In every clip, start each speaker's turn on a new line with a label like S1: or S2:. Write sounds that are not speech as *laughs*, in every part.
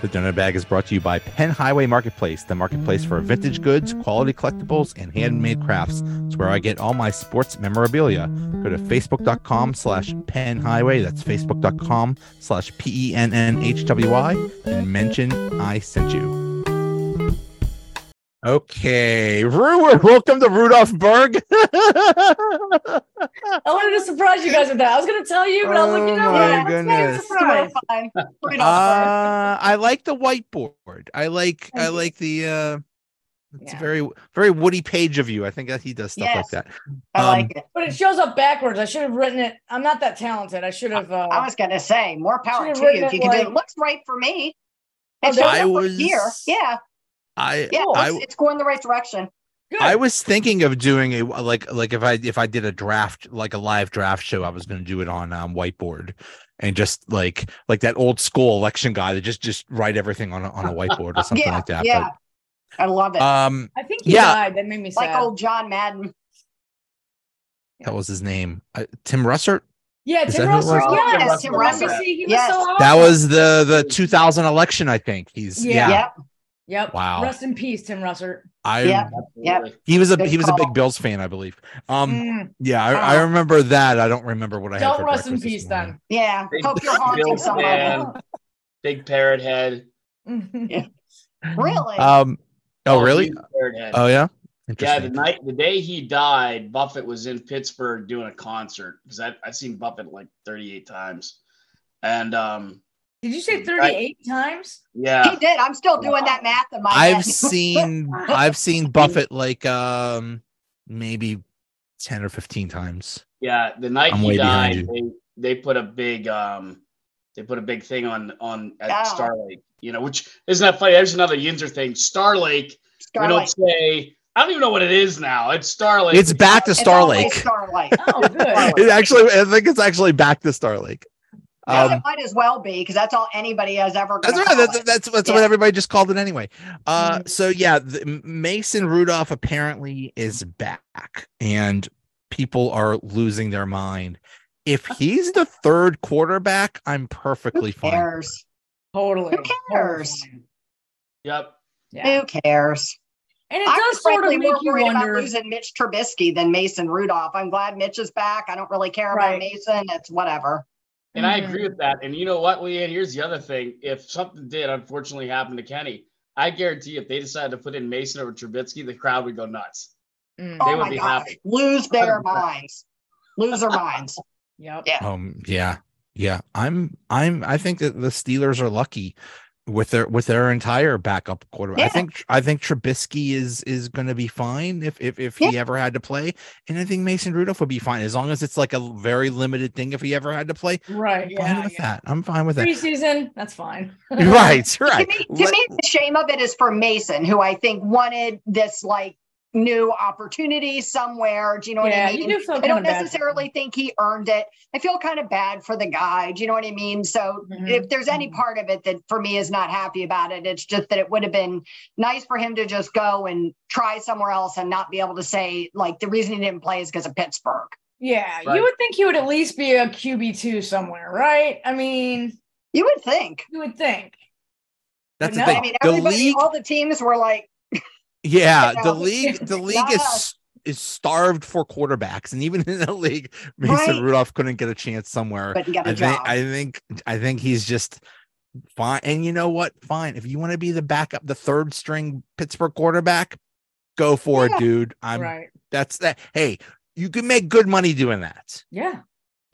S1: The donut bag is brought to you by Penn Highway Marketplace, the marketplace for vintage goods, quality collectibles, and handmade crafts. It's where I get all my sports memorabilia. Go to facebook.com slash Penn Highway. That's facebook.com slash P E N N H W Y and mention I sent you. Okay. Ruin, welcome to Rudolph Berg. *laughs* Uh,
S2: I wanted to surprise you guys with that. I was going to tell you, but I was like, you know
S1: Oh,
S2: what?
S1: my
S2: Let's
S1: goodness.
S2: make it a surprise. *laughs* Right on.
S1: Uh, I like the whiteboard. I like I
S2: Thank you.
S1: like the uh it's
S2: Yeah.
S1: very very Woody Page of you. I think that he does stuff
S3: Yes.
S1: like that.
S3: I
S1: Um,
S3: like it.
S2: but it shows up backwards. I should have written it. I'm not that talented. I should have. Uh,
S3: I was going to say more power
S2: Should've
S3: to
S2: written
S3: you if
S2: it
S3: you can do
S2: like-
S3: it. Looks right for me.
S2: Oh,
S3: It shows
S1: I
S3: up
S1: was-
S3: here. Yeah,
S1: I
S3: yeah.
S1: I-
S3: it's, it's going the right direction.
S2: good.
S1: I was thinking of doing a like like if I if I did a draft like a live draft show, I was going to do it on um, whiteboard and just like like that old school election guy that just just write everything on a,
S2: *laughs*
S1: on a whiteboard or something
S3: yeah,
S1: like that.
S3: yeah. I love it.
S1: But, um,
S2: I think he
S1: Yeah.
S2: died. That made me sad.
S3: like old John Madden.
S1: that was his name, uh, Tim Russert.
S2: yeah,
S1: Is
S2: Tim
S1: that who it
S2: Russert.
S1: was?
S2: Yes,
S3: Yes, Tim
S2: Remember,
S3: Russert.
S2: see, he was
S3: Yes.
S2: so awesome.
S1: That was the the 2000 election, I think. He's yeah.
S2: Oh, Yeah.
S3: Yep.
S2: Yep.
S1: Wow.
S2: Rest in peace, Tim Russert.
S1: I
S3: Yeah. Yep.
S1: he was a
S3: Good
S1: he was a big
S3: call.
S1: Bills fan, I believe. Um,
S2: Mm,
S1: yeah, I, I
S3: Wow.
S1: remember that. I don't remember what I had
S2: don't
S1: for
S2: rest in
S1: breakfast this
S2: peace
S1: morning.
S2: then.
S3: Yeah.
S4: Big
S3: Hope you're haunting
S4: Bills
S3: somebody.
S4: fan. Big parrot head.
S2: *laughs* yeah.
S3: Really?
S1: Um, oh really?
S4: Big parrot head.
S1: Oh yeah.
S4: yeah,
S1: Interesting.
S4: the night the day he died, Buffett was in Pittsburgh doing a concert because I I've seen Buffett like 38 times. And um
S2: Did you say 38 times?
S3: he
S4: yeah,
S3: did. I'm still doing that math in my
S1: I've
S3: head. *laughs*
S1: seen I've seen Buffett like um maybe ten or fifteen times.
S4: yeah, the night
S1: I'm way
S4: he
S1: behind
S4: died, they, they put a big um they put a big thing on on at
S3: Oh.
S4: Starlake, you know, which isn't that funny? There's another Yinzer thing. Starlake, we
S3: Starlight.
S4: don't say I don't even know what it is now. It's Starlake.
S1: It's back to
S3: It's always
S1: Starlake.
S3: Starlight. *laughs*
S2: Oh, good.
S1: It actually, I think it's actually back to Starlake.
S3: Yes,
S1: Um,
S3: it might as well be because that's all anybody has ever.
S1: that's
S3: gonna
S1: right.
S3: call
S1: That's
S3: it.
S1: that's, that's what
S3: Yeah.
S1: everybody just called it anyway. Uh,
S2: Mhm.
S1: so yeah, the, Mason Rudolph apparently is back, and people are losing their mind. If he's the third quarterback, I'm perfectly
S3: Who
S1: fine.
S3: cares?
S2: Totally.
S3: Who cares?
S2: Totally.
S4: Yep.
S2: Yeah.
S3: Who cares?
S2: And it
S3: I
S2: does
S3: was
S2: sort of
S3: frankly
S2: make
S3: more
S2: you
S3: worried about
S2: wonder.
S3: losing Mitch Trubisky than Mason Rudolph. I'm glad Mitch is back. I don't really care
S2: Right.
S3: about Mason. It's whatever.
S4: And I agree with that. And you know what, Leanne? Here's the other thing. If something did unfortunately happen to Kenny, I guarantee if they decided to put in Mason over Trubisky, the crowd would go nuts.
S2: Mm,
S4: They
S3: oh
S4: would
S3: my
S4: be
S3: gosh.
S4: happy.
S3: Lose their
S4: *laughs* 100%.
S3: minds. Lose their minds.
S2: Yep.
S3: Yeah.
S1: Um. Yeah. Yeah. I'm. I'm. I think that the Steelers are lucky with their with their entire backup quarterback. I
S3: Yeah.
S1: think. I think Trubisky is is going to be fine if if if he ever had to play, and I think Mason Rudolph would be fine as long as it's like a very limited thing. If he ever had to play,
S2: Right.
S1: I'm fine
S2: Yeah.
S1: with
S2: yeah.
S1: that. I'm fine with
S3: *laughs*
S1: that.
S2: Preseason, that's fine.
S1: right. Right.
S3: To, me, to
S1: Let-
S3: me, the shame of it is for Mason, who I think wanted this like new opportunity somewhere. Do you know
S2: yeah,
S3: what I mean?
S2: you do feel
S3: I
S2: kind
S3: don't
S2: of bad.
S3: necessarily think he earned it. I feel kind of bad for the guy. Do you know what I mean? So
S2: Mhm.
S3: if there's any part of it that for me is not happy about it, it's just that it would have been nice for him to just go and try somewhere else and not be able to say like the reason he didn't play is because of Pittsburgh.
S2: Yeah,
S4: Right.
S2: you would think he would at least be a QB two somewhere, right? I mean,
S3: You would think.
S2: you would think.
S1: That's the
S2: No,
S1: thing.
S3: I mean,
S1: the
S3: everybody,
S1: league.
S3: all the teams were like,
S1: *laughs* Yeah. The
S3: you know, *laughs*
S1: league. The league
S3: not
S1: is
S3: us.
S1: is starved for quarterbacks, and even in the league, *laughs* Mason
S3: Right.
S1: Rudolph couldn't get a chance somewhere.
S3: couldn't get a
S1: I
S3: job.
S1: think I think I think he's just fine. And you know what? Fine. If you want to be the backup, the third string Pittsburgh quarterback, go for it,
S3: Yeah.
S1: dude. I'm
S2: right.
S1: that's that. Hey, you can make good money doing that.
S2: Yeah.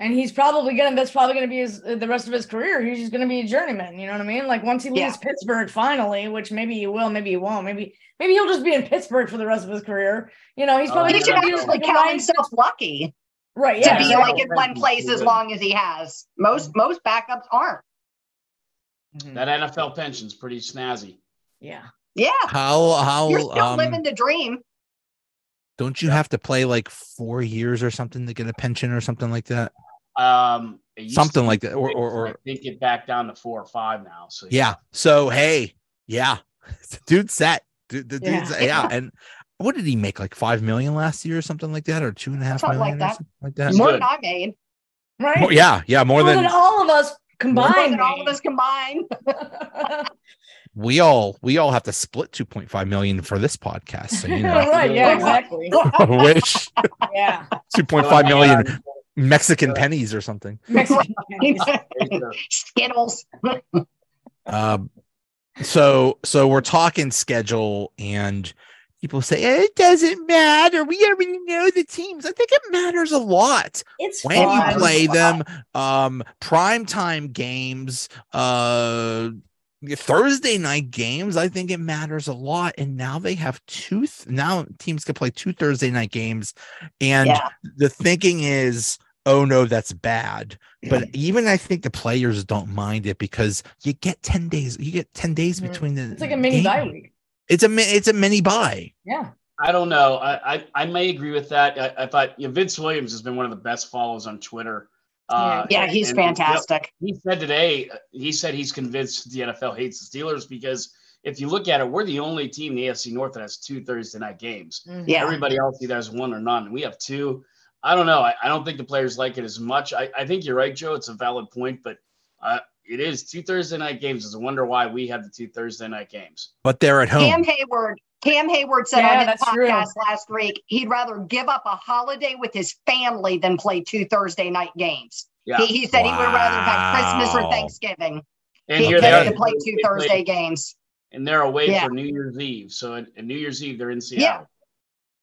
S2: And he's probably gonna that's probably gonna be his uh, the rest of his career. He's just gonna be a journeyman, you know what I mean? Like once he leaves
S3: Yeah.
S2: Pittsburgh finally, which maybe he will, maybe he won't, maybe maybe he'll just be in Pittsburgh for the rest of his career. You know, he's
S4: Oh,
S2: probably
S3: he
S4: Like,
S3: should
S2: gonna be
S4: you know,
S3: actually
S2: like a
S3: count
S2: nice,
S3: himself lucky
S2: right?
S3: to
S2: Yeah,
S3: be
S4: so-
S3: like in one place as long as he has. Most most backups aren't.
S2: Mhm.
S4: That NFL pension's pretty snazzy.
S2: yeah.
S3: Yeah.
S1: How how
S3: You're still
S1: um,
S3: living the dream.
S1: don't you have to play like four years or something to get a pension or something like that?
S4: Um, it used
S1: Something
S4: to be
S1: like that, or-
S4: six,
S1: or-
S4: and
S1: or-
S4: I think it back down to four or five now. So
S1: Yeah. So hey, yeah, *laughs* dude, set. Dude, the
S2: Yeah.
S1: dude's yeah. And what did he make? Like five million last year or something like that, or two and a half
S3: Something like
S1: million
S3: that.
S1: or something like that.
S3: More
S4: good.
S3: than I made.
S2: Right?
S1: More- yeah, yeah, more
S2: More
S1: than
S2: than all of us combined.
S3: Wasn't
S2: *laughs*
S3: all of us combined. *laughs*
S1: We all we all have to split 2.5 million for this podcast. So you
S2: *laughs*
S1: know,
S2: right? Yeah, exactly.
S1: which
S2: Yeah,
S4: So
S1: 2.5
S4: I-
S1: million Mexican pennies or something.
S2: Mexican. pennies.
S3: Skittles.
S1: Um, so so we're talking schedule, and people say it doesn't matter. We already know the teams. I think it matters a lot.
S2: It's
S1: when you
S2: fun.
S1: play them um prime time games uh thursday night games i think it matters a lot and now they have two th- now teams can play two thursday night games and
S3: Yeah.
S1: the thinking is oh no that's bad
S2: Mm-hmm.
S1: but even i think the players don't mind it because you get 10 days you get 10 days
S2: Mhm.
S1: between the
S2: It's like a mini
S1: game.
S2: bye week.
S1: it's a mi- it's a mini buy
S2: Yeah.
S4: I don't know. I, I, I may agree with that. I, I thought you know, Vince Williams has been one of the best follows on Twitter. Uh,
S3: Yeah, he's
S4: and- yep,
S3: fantastic.
S4: he said today, uh, he said he's convinced the NFL hates the Steelers because if you look at it, we're the only team in the AFC North that has two Thursday night games.
S1: Mm-hmm.
S2: Mhm.
S3: Yeah.
S4: Everybody else either has one or none. We have two. I don't know. I, I don't think the players like it as much. I, I think you're right, Joe. It's a valid point, but uh, it is two Thursday night games. It's a wonder why we have the two Thursday night games.
S1: but they're
S4: Oh.
S1: at home
S3: Cam Hayward. Cam Hayward said
S2: Yeah,
S3: on his
S2: that's true.
S3: podcast last week he'd rather give up a holiday with his family than play two Thursday night games.
S4: Yeah.
S3: He, he said he would rather have Christmas
S1: Wow.
S3: or Thanksgiving.
S4: And
S3: he
S4: here
S1: Okay.
S4: they
S3: than
S4: are.
S3: to play two
S4: They play-
S3: Thursday games.
S4: and they're away
S3: Yeah.
S4: for New Year's Eve. So at, at New Year's Eve, they're in Seattle.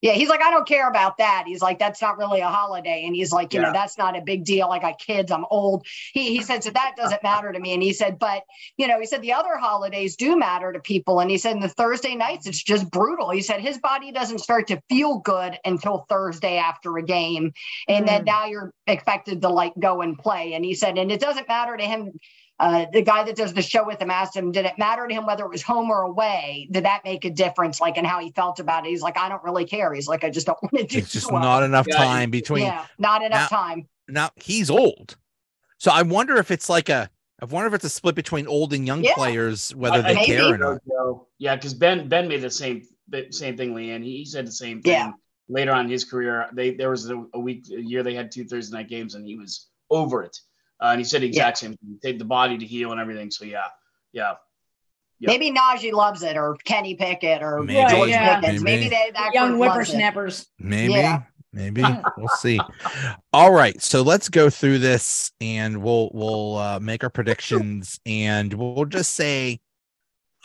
S3: Yeah, he's like, I don't care about that. He's like, that's not really a holiday. And he's like, you
S4: Yeah.
S3: know, that's not a big deal. I got kids, I'm old. He, he said, so that doesn't matter to me. And he said, but, you know, he said the other holidays do matter to people. And he said, and the Thursday nights, it's just brutal. He said, his body doesn't start to feel good until Thursday after a game. And then
S2: Mm.
S3: now you're expected to like go and play. And he said, and it doesn't matter to him uh, the guy that does the show with him asked him, did it matter to him whether it was home or away? Did that make a difference, like in how he felt about it? He's like, I don't really care. He's like, I just don't *laughs* want to do
S1: it's just
S3: two of
S1: not enough
S4: Yeah,
S1: time
S3: them."
S1: between
S3: yeah, not enough time.
S1: now he's old. So I wonder if it's like a I wonder if it's a split between old and young
S3: Yeah.
S1: players whether
S4: I-
S1: they
S4: I
S1: care
S4: think
S1: or
S4: so,
S1: not.
S4: Joe. Yeah, because Ben Ben made the same the same thing, Leanne. He, he said the same thing
S3: Yeah.
S4: later on in his career. They there was a, a week a year they had two Thursday night games and he was over it. Uh, and he said the exact same thing. Take the body to heal and everything. So yeah, yeah. Yeah.
S3: Maybe Najee loves it, or Kenny Pickett, or
S1: Maybe.
S3: George
S2: Yeah.
S3: Pickens. Maybe,
S1: Maybe.
S3: they that
S2: Young
S3: group loves it.
S2: whippersnappers.
S1: Maybe,
S3: Yeah.
S1: maybe we'll see. All right, so let's go through this and we'll we'll uh, make our predictions and we'll just say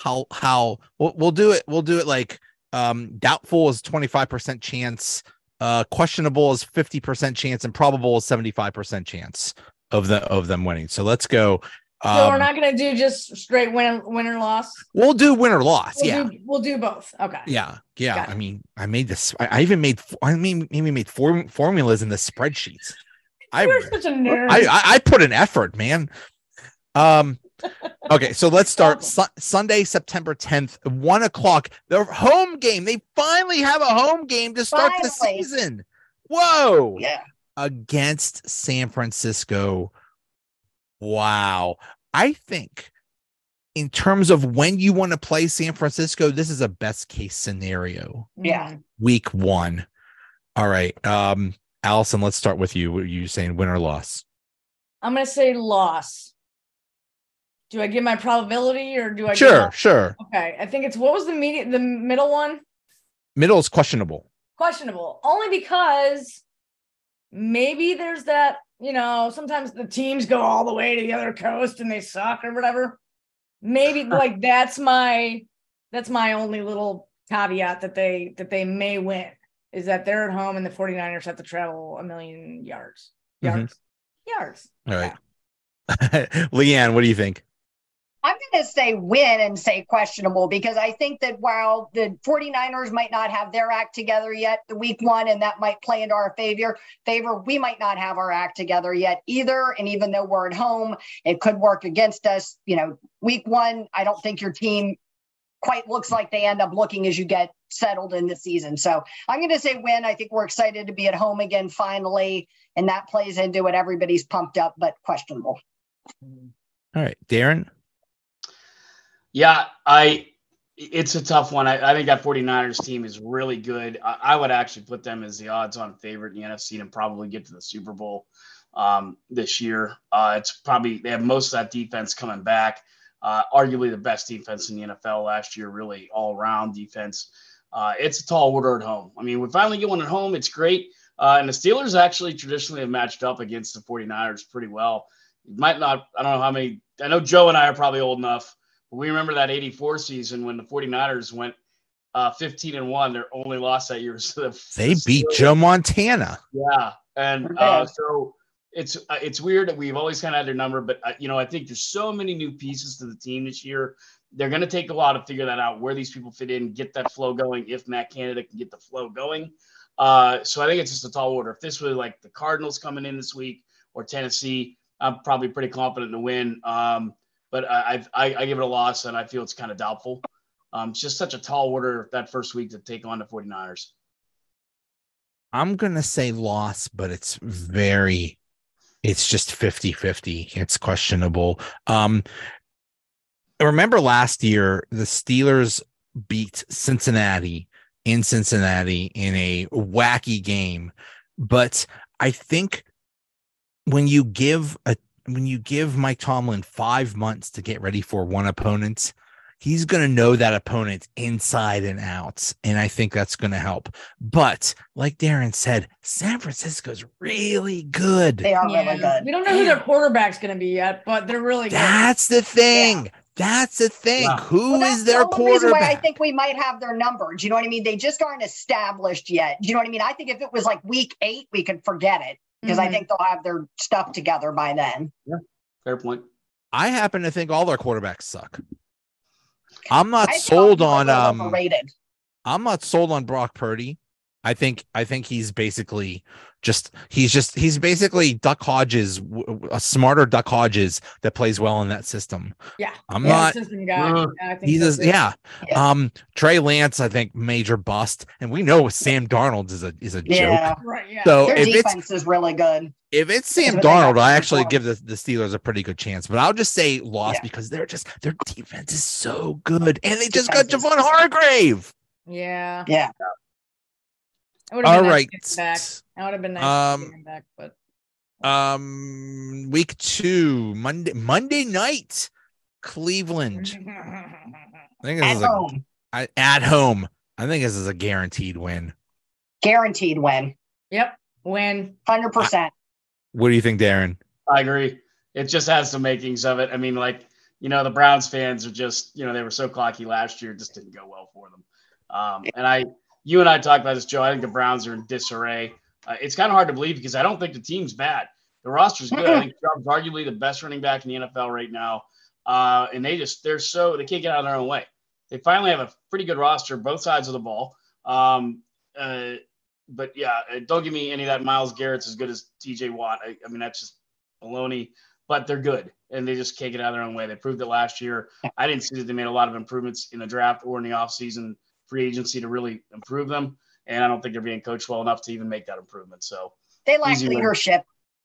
S1: how how we'll, we'll do it. We'll do it like um doubtful is twenty five percent chance, uh questionable is fifty percent chance, and probable is seventy five percent chance of the of them winning. So let's go.
S2: So
S1: Um,
S2: we're not gonna do just straight win, win or loss.
S1: we'll do win or loss.
S2: We'll
S1: yeah.
S2: do we'll do both. Okay.
S1: Yeah, yeah.
S2: Got
S1: I mean, I made this. I, I even made. I mean, maybe made form, formulas in the spreadsheets. I,
S2: *laughs* You're such a nerd.
S1: I I I put an effort, man.
S2: *laughs*
S1: Um. Okay, so let's start Su- Sunday, September tenth, one o'clock. Their home game. They finally have a home game to start the
S3: Finally.
S1: season. Whoa!
S3: Yeah,
S1: Against San Francisco. Wow. I think in terms of when you want to play San Francisco, this is a best case scenario
S3: yeah.
S2: Mm-hmm.
S1: week one. All right. Um, Allison, let's start with you. What are you saying win or loss?
S2: I'm gonna say loss. Do I give my probability or do I? give
S1: Sure, sure.
S2: my- okay. I think it's what was the media the middle one
S1: Middle is questionable.
S2: questionable only because maybe there's that you know sometimes the teams go all the way to the other coast and they suck or whatever. Maybe like that's my that's my only little caveat that they that they may win is that they're at home and the 49ers have to travel a million yards
S1: Mhm.
S2: yards yards
S1: All right. *laughs* Leanne, what do you think?
S3: I'm going to say win and say questionable because I think that while the 49ers might not have their act together yet, the week one, and that might play into our favor, favor, we might not have our act together yet either. And even though we're at home, it could work against us. You know, week one, I don't think your team quite looks like they end up looking as you get settled in the season. So I'm going to say win. I think we're excited to be at home again finally. And that plays into it. Everybody's pumped up, but questionable.
S1: All right, Darren.
S4: Yeah, I it's a tough one. I, I think that 49ers team is really good. I, I would actually put them as the odds on favorite in the NFC and probably get to the Super Bowl. um, this year. Uh, it's probably they have most of that defense coming back. Uh, arguably the best defense in the NFL last year, really all around defense. Uh, it's a tall order at home. I mean, we finally get one at home. It's great. Uh, and the Steelers actually traditionally have matched up against the 49ers pretty well. Might not, I don't know how many, I know Joe and I are probably old enough, but we remember that 84 season when the 49ers went uh, 15 and 1. Their only loss that year was to the.
S1: They
S4: the
S1: beat
S4: Steelers.
S1: Joe Montana.
S4: Yeah, and
S3: Yeah.
S4: uh, so it's uh, it's weird that we've always kind of had their number, but uh, you know I think there's so many new pieces to the team this year. They're going to take a while to figure that out, where these people fit in, get that flow going. If Matt Canada can get the flow going, uh, so I think it's just a tall order. If this was like the Cardinals coming in this week or Tennessee, I'm probably pretty confident to win. Um, but I, I I give it a loss, and I feel it's kind of doubtful. Um, it's just such a tall order that first week to take on the 49ers.
S1: I'm going to say loss, but it's very, it's just 50 50. It's questionable. Um, remember last year, the Steelers beat Cincinnati in Cincinnati in a wacky game. But I think when you give a when you give Mike Tomlin five months to get ready for one opponent, he's going to know that opponent inside and out. And I think that's going to help. But like Darren said, San Francisco's really good.
S3: They are really
S2: Yeah.
S3: good.
S2: We don't know who their quarterback's going to be yet, but they're really good.
S3: *laughs*
S1: That's the thing. That's the thing.
S4: Yeah.
S1: Who is
S3: Well, that's
S1: their
S3: the only reason
S1: quarterback?
S3: Why I think we might have their number. Do you know what I mean? They just aren't established yet. Do you know what I mean? I think if it was like week eight, we could forget it because I
S1: Mm-hmm.
S2: Mhm.
S3: think they'll have their stuff together by then.
S4: Fair point.
S1: I happen to think all their quarterbacks suck. I'm not
S3: I think
S1: sold
S3: I'll
S1: on
S3: be a little
S1: um
S3: overrated.
S1: I'm not sold on Brock Purdy. I think I think he's basically just he's just he's basically Duck Hodges, w- w- a smarter Duck Hodges that plays well in that system.
S2: Yeah.
S1: I'm
S2: He's a
S1: not.
S2: system guy.
S4: Uh,
S2: Yeah, I think
S1: He's
S2: so,
S1: a,
S2: too.
S1: yeah. Um, Trey Lance, I think major bust, and we know Sam Darnold is a is a
S3: Yeah.
S1: joke.
S2: Right. Yeah.
S1: So
S3: Their
S1: if it's
S3: defense is really good.
S1: if it's Sam
S3: what they got
S1: Darnold, I
S3: going
S1: actually
S3: for 'em.
S1: give the, the Steelers a pretty good chance, but I'll just say loss
S3: Yeah.
S1: because they're just their defense is so good, and they just got
S3: Defense is-
S1: Javon Hargrave.
S2: yeah.
S3: Yeah.
S2: It would've
S1: All
S2: been
S1: right.
S2: Nice to get him back. That would have been nice to
S1: Um,
S2: get him back, but
S1: Um, week two, Monday, Monday night, Cleveland. I think this
S3: At
S1: is a,
S3: home.
S1: I, at home. I think this is a guaranteed win.
S3: Guaranteed win.
S2: *laughs* yep. Win.
S3: Hundred percent.
S1: What do you think, Darren?
S4: I agree. It just has the makings of it. I mean, like, you know, the Browns fans are just, you know, they were so cocky last year, it just didn't go well for them. Um, and I, you and I talked about this, Joe. I think the Browns are in disarray. Uh, it's kind of hard to believe because I don't think the team's bad. The roster's good. I think Chubb's arguably the best running back in the NFL right now. Uh, and they just, they're so, they can't get out of their own way. They finally have a pretty good roster, both sides of the ball. Um, uh, but yeah, uh, don't give me any of that Miles Garrett's as good as TJ Watt. I, I mean, that's just baloney, but they're good and they just can't get out of their own way. They proved it last year. I didn't see that they made a lot of improvements in the draft or in the offseason free agency to really improve them. And I don't think they're being coached well enough to even make that improvement. So
S3: They lack
S4: Easy win.
S3: leadership.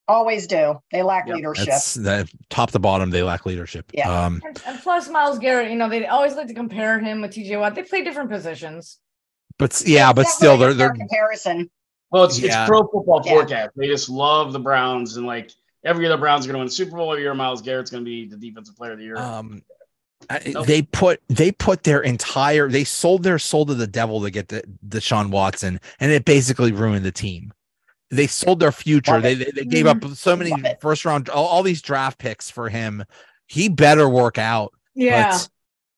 S3: Always do. They lack
S4: Yeah,
S3: leadership.
S1: That's that top to bottom, they lack leadership.
S3: Yeah.
S1: Um,
S2: And, and plus Miles Garrett, you know, they always like to compare him with TJ Watt. They play different positions.
S1: but s- yeah, but
S3: That's
S1: still, they're
S3: really a fair
S1: they're
S3: comparison.
S4: Well, it's,
S1: Yeah.
S4: it's pro football
S3: Yeah.
S4: forecast. They just love the Browns and like every year the Browns are going to win the Super Bowl. Every year Miles Garrett's going to be the defensive player of the year.
S1: um I-
S4: Nope.
S1: they put they put their entire they sold their soul to the devil to get the Deshaun Watson and it basically ruined the team. They sold their future.
S3: Love
S1: They,
S3: it. Mm-hmm.
S1: they they gave up so many
S3: Love it.
S1: first round all, all these draft picks for him. He better work out.
S2: Yeah.
S1: But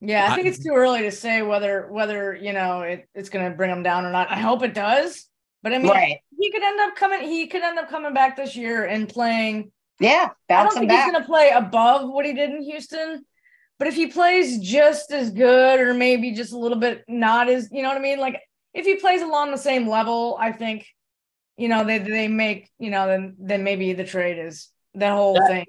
S2: yeah. I
S1: I-
S2: think it's too early to say whether whether you know it, it's gonna bring him down or not. I hope it does. But I mean
S3: Right.
S2: he could end up coming he could end up coming back this year and playing
S3: Yeah.
S2: I don't
S3: Bounce them
S2: think
S3: back.
S2: he's going to play above what he did in Houston, but if he plays just as good or maybe just a little bit not as, you know what I mean? Like if he plays along the same level, I think, you know, they they make, you know, then then maybe the trade is that whole
S4: Yeah.
S2: thing.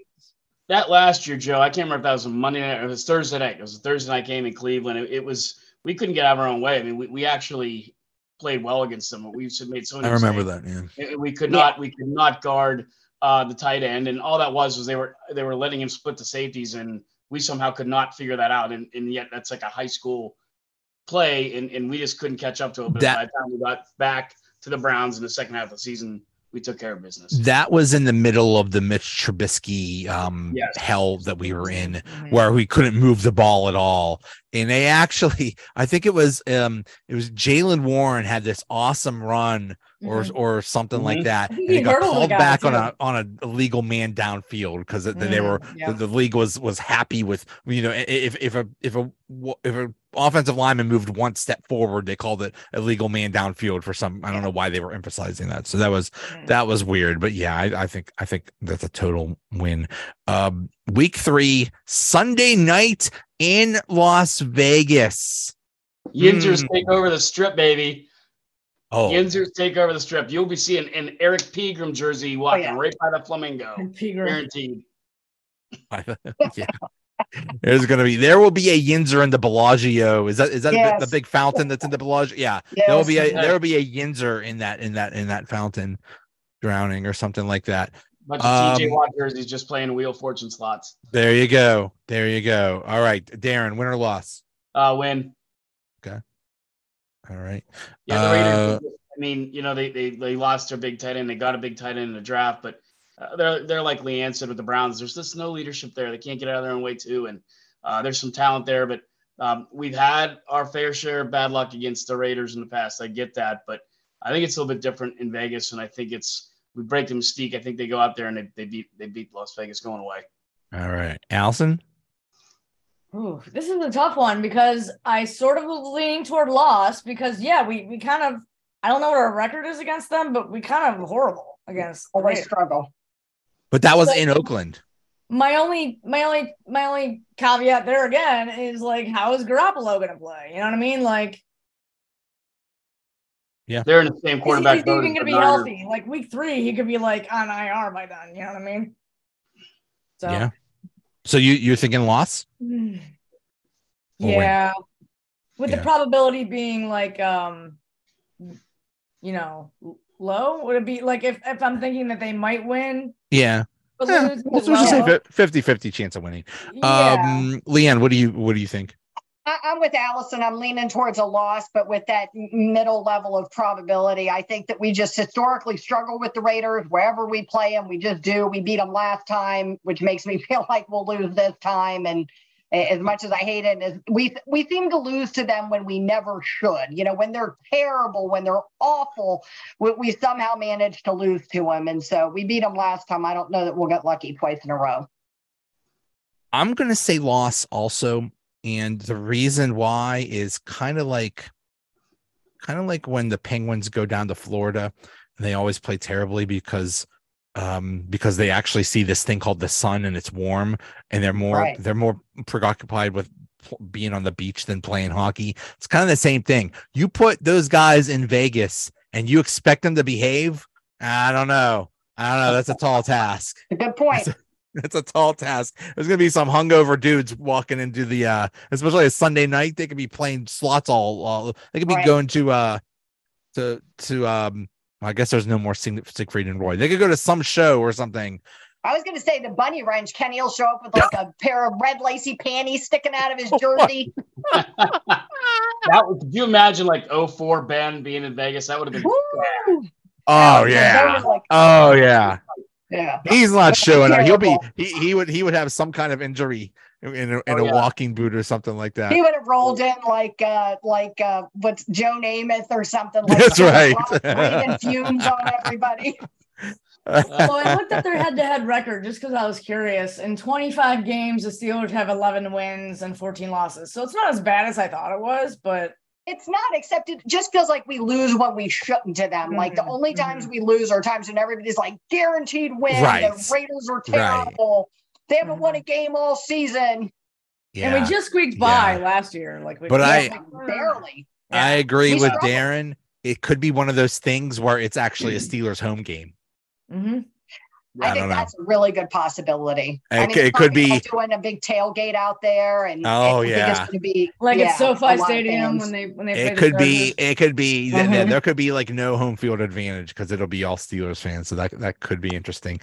S4: that last year, Joe, I can't remember if that was a Monday night or it was Thursday night. It was a Thursday night game in Cleveland. It, it was we couldn't get out of our own way. I mean, we, we actually played well against them. We made so many.
S1: I remember
S4: mistakes.
S1: that. Yeah.
S4: It- We could
S3: Yeah.
S4: not we could not guard uh, the tight end, and all that was was they were they were letting him split the safeties, and we somehow could not figure that out. And, and yet that's like a high school play, and, and we just couldn't catch up to it. But
S1: That-
S4: by the time we got back to the Browns in the second half of the season, we took care of business.
S1: That was in the middle of the Mitch Trubisky um,
S4: Yes.
S1: hell that we were in,
S3: Mm-hmm.
S1: where we couldn't move the ball at all. And they actually, *laughs* I think it was, um, it was Jalen Warren had this awesome run
S3: Mm-hmm.
S1: or
S2: Mhm.
S1: or something like
S4: Mhm.
S1: that,
S2: I
S1: and
S2: think
S1: he
S2: he
S1: got
S2: hurdled the
S1: called
S2: guy,
S1: back on
S2: too.
S1: a on a illegal man downfield because they
S2: Mm,
S1: were
S2: yeah.
S1: the, the league was was happy with you know i- i- if if a if a if a offensive lineman moved one step forward they called it illegal man downfield for some i don't know why they were emphasizing that so that was
S2: Mm.
S1: that was weird but yeah i, I think i think that's a total win um week three sunday night in las vegas
S4: Yinzers
S1: Mm.
S4: take over the strip, baby.
S1: oh
S4: Yinzers take over the strip. You'll be seeing an Eric Pegram jersey walking
S3: yeah.
S4: right by
S2: *laughs*
S4: the flamingo.
S2: And Pegram.
S4: Guaranteed.
S1: yeah. There's gonna be there will be a Yinzer in the Bellagio. Is that is that the-
S3: Yes.
S1: the big fountain that's in the Bellagio? Yeah,
S3: Yes.
S1: there will be a
S4: Yeah.
S1: there will be a Yinzer in that in that in that fountain, drowning or something like that.
S4: Bunch of TJ
S1: Um,
S4: Watt jerseys just playing Wheel of Fortune slots.
S1: There you go. There you go. All right, Darren, win or loss.
S4: Uh, when
S1: All right.
S4: Yeah, the Raiders.
S1: Uh,
S4: I mean, you know, they they they lost their big tight end. They got a big tight end in the draft, but uh, they're they're like Leanne said with the Browns. There's just no leadership there. They can't get out of their own way too, and uh, there's some talent there, but um, we've had our fair share of bad luck against the Raiders in the past. I get that, but I think it's a little bit different in Vegas, and I think it's we break the mystique. I think they go out there and they, they beat they beat Las Vegas going away.
S1: All right, Allison.
S2: Ooh, this is a tough one because I sort of was leaning toward loss because yeah, we we kind of I don't know what our record is against them, but we kind of horrible against the
S3: always
S2: Raiders.
S3: struggle.
S1: But that was
S2: So-
S1: in Oakland.
S2: my only my only my only caveat there again is like how is Garoppolo gonna play? You know what I mean? Like
S4: They're in the
S2: is
S4: same
S2: he,
S4: quarterback.
S2: is he
S4: vote
S2: even
S4: as
S2: gonna
S4: the
S2: be
S4: Niners.
S2: healthy? Like week three, he could be like on IR by then, you know what I mean? So *sighs*
S1: Yeah. So you you're thinking loss?
S2: Mm.
S1: Or win.
S2: yeah. With
S1: Yeah.
S2: the probability being like um you know, l- low, would it be like if if I'm thinking that they might win
S1: Yeah.
S2: but
S1: Yeah,
S2: lose
S1: Let's
S2: but
S1: just say
S2: low?
S1: 50-50 chance of winning.
S2: yeah.
S1: Um, Leanne, what do you what do you think?
S3: I, I'm with Allison. I'm leaning towards a loss, but with that m- middle level of probability, I think that we just historically struggle with the Raiders wherever we play them. We just do. We beat them last time, which makes me *laughs* feel like we'll lose this time. And a- as much as I hate it, is we we seem to lose to them when we never should. You know, when they're terrible, when they're awful, we, we somehow manage to lose to them. And so we beat them last time. I don't know that we'll get lucky twice in a row.
S1: I'm going to say loss also. And the reason why is kind of like, kind of like when the Penguins go down to Florida and they always play terribly because, um, because they actually see this thing called the sun and it's warm and they're more,
S3: Right.
S1: they're more preoccupied with pl- being on the beach than playing hockey. It's kind of the same thing. You put those guys in Vegas and you expect them to behave. I don't know. I don't know. That's a tall task.
S3: It's a good point.
S1: That's a tall task. There's gonna be some hungover dudes walking into the uh especially a Sunday night. They could be playing slots all, all they could be
S3: Right.
S1: going to uh to to um I guess there's no more Sig- Siegfried and Roy. They could go to some show or something.
S3: I was going to say the bunny wrench. Kenny will show up with
S1: *laughs*
S3: like a pair of red lacy panties sticking out of his
S1: Oh
S3: jersey.
S4: That would, could you imagine like 04 Ben being in Vegas? That would have been
S3: Woo!
S1: Oh
S3: That
S1: yeah.
S3: was like-
S1: Oh yeah.
S3: yeah.
S1: He's not showing up. He'll be
S3: Terrible.
S1: he, he would he would have some kind of injury in in a, in
S4: Oh,
S1: a
S4: yeah.
S1: walking boot or something like that.
S3: He would have rolled in like uh like uh what's Joe Namath or something like
S1: That's right.
S3: breathing fumes on
S1: *laughs*
S3: everybody.
S2: so Oh, I looked up their head-to-head record just because I was curious. In 25 games, the Steelers have 11 wins and 14 losses, so it's not as bad as I thought it was. But
S3: It's not except it just feels like we lose when we shouldn't to them. Like the
S2: Mhm,
S3: only times we lose are times when everybody's like guaranteed win.
S1: Right.
S3: The Raiders are
S1: Right.
S3: terrible. They haven't won a
S2: Mhm.
S3: game all season.
S1: yeah.
S2: and we just squeaked by
S1: Yeah.
S2: last year, like we
S1: But
S2: Yeah,
S1: I-
S2: like,
S3: *laughs* barely.
S1: I agree
S3: We
S1: with
S3: struggle.
S1: Darren. It could be one of those things where it's actually a Steelers home game.
S2: Mhm.
S1: I
S3: I,
S1: don't
S3: think
S1: know.
S3: that's a really good possibility.
S1: It
S3: I
S1: c- it could
S3: probably
S1: be-
S3: all doing a big tailgate out there, and
S1: Oh,
S3: I think it's
S1: yeah.
S3: gonna be
S2: like
S3: yeah,
S2: at
S3: a lot
S2: SoFi
S3: of
S2: Stadium
S3: fans.
S2: when they when they play
S1: It
S2: the
S1: could be.
S2: Chargers.
S1: It could be. th- th-
S3: Mm-hmm.
S2: Mhm.
S1: there could be like no home field advantage because it'll be all Steelers fans. So that that could be interesting.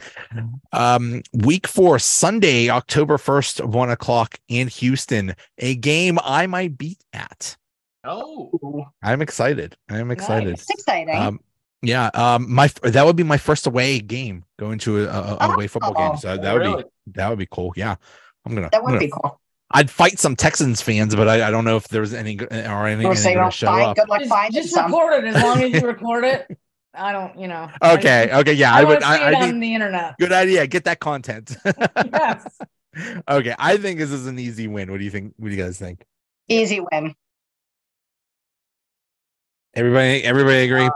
S1: Um, week four, Sunday, October first, one o'clock in Houston. A game I might beat at.
S4: oh
S1: I'm excited. I'm excited.
S3: It's exciting.
S1: Um, Yeah, um, my that would be my first away game going to a, a a away football game. So that would
S4: Really?
S1: be that would be cool. Yeah, I'm gonna.
S3: Oh. That
S1: I'm
S3: would
S1: gonna-
S3: be cool.
S1: I'd fight some Texans fans, but I, I don't know if there's any or any,
S3: Or
S1: any
S3: say,
S1: gonna
S3: well,
S1: show
S3: fine,
S1: up.
S3: good luck
S2: Just,
S3: finding
S2: just
S3: some.
S2: record
S3: *laughs*
S2: it as long as you record it. I don't, you know. I- *laughs*
S1: Okay, okay, yeah,
S2: I,
S1: I,
S2: want
S1: would.
S2: to see
S1: I,
S2: it
S1: I
S2: on
S1: need,
S2: the
S1: *laughs*
S2: internet.
S1: good idea. Get that content. *laughs*
S2: Yes.
S1: okay, I think this is an easy win. What do you think? What do you guys think?
S3: Easy win.
S1: Everybody, everybody
S4: Uh,
S1: agree?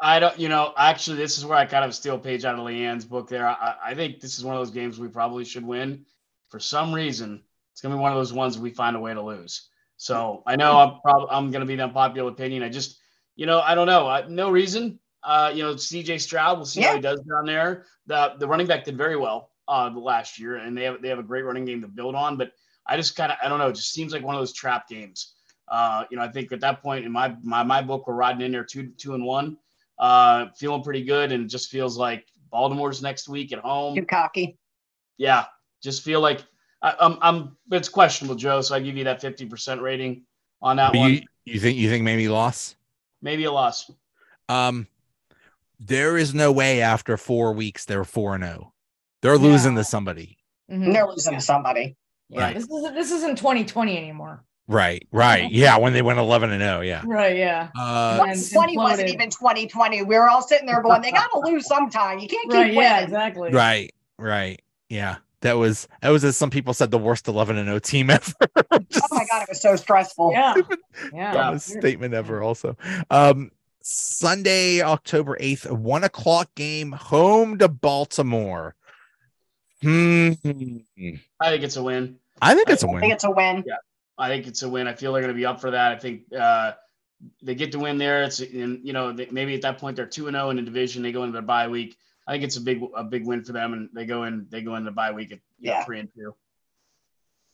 S4: I don't, you know, actually, this is where I kind of steal a page out of Leanne's book there. I- I, I think this is one of those games we probably should win. For some reason, it's going to be one of those ones we find a way to lose. So I know I'm probably I'm going to be the unpopular opinion. I just, you know, I don't know. I, no reason. Uh, you know, CJ Stroud. We'll see how he does down there. The the running back did very well uh, last year, and they have they have a great running game to build on. But I just kind of I don't know. It just seems like one of those trap games. Uh, you know, I think at that point in my my my book, we're riding in there two two and one uh, feeling pretty good and just feels like Baltimore's next week at
S3: Too
S4: home.
S3: cocky.
S4: Yeah, just feel like I, I'm, I'm, it's questionable, Joe. So I give you that 50% rating on that
S1: But
S4: one.
S1: you, you think you think maybe loss?
S4: Maybe a loss.
S1: Um, there is no way after four weeks they're four and zero. They're
S2: No.
S1: losing to somebody.
S2: Mhm.
S3: And they're losing to somebody.
S2: Yeah,
S4: Right.
S2: This is this isn't 2020 anymore.
S1: Right, right, yeah. When they went eleven and zero, yeah.
S2: Right. Yeah.
S1: Uh,
S2: and
S3: 2020 wasn't
S2: imploded.
S3: even 2020. We were all sitting there going,
S1: *laughs*
S3: they got to lose sometime. You can't keep
S2: Right. Yeah.
S3: winning.
S2: Exactly.
S1: right, right, yeah. That was that was as some people said the worst eleven and zero team *laughs* ever.
S3: Oh my God, it was so stressful.
S2: Yeah.
S4: Yeah.
S2: Yeah.
S1: dumbest statement ever. Also, um, Sunday, October eighth, one o'clock game, home to Baltimore. Hmm.
S4: I think it's a win.
S1: I think it's a
S3: I think
S1: win.
S3: it's a win.
S4: I think it's a win. I feel they're going to be up for that. I think uh, they get to win there. It's and you know they, maybe at that point they're two and zero in the division. They go into the bye week. I think it's a big a big win for them, and they go in they go into the bye week at you know,
S3: Yeah.
S4: three and two.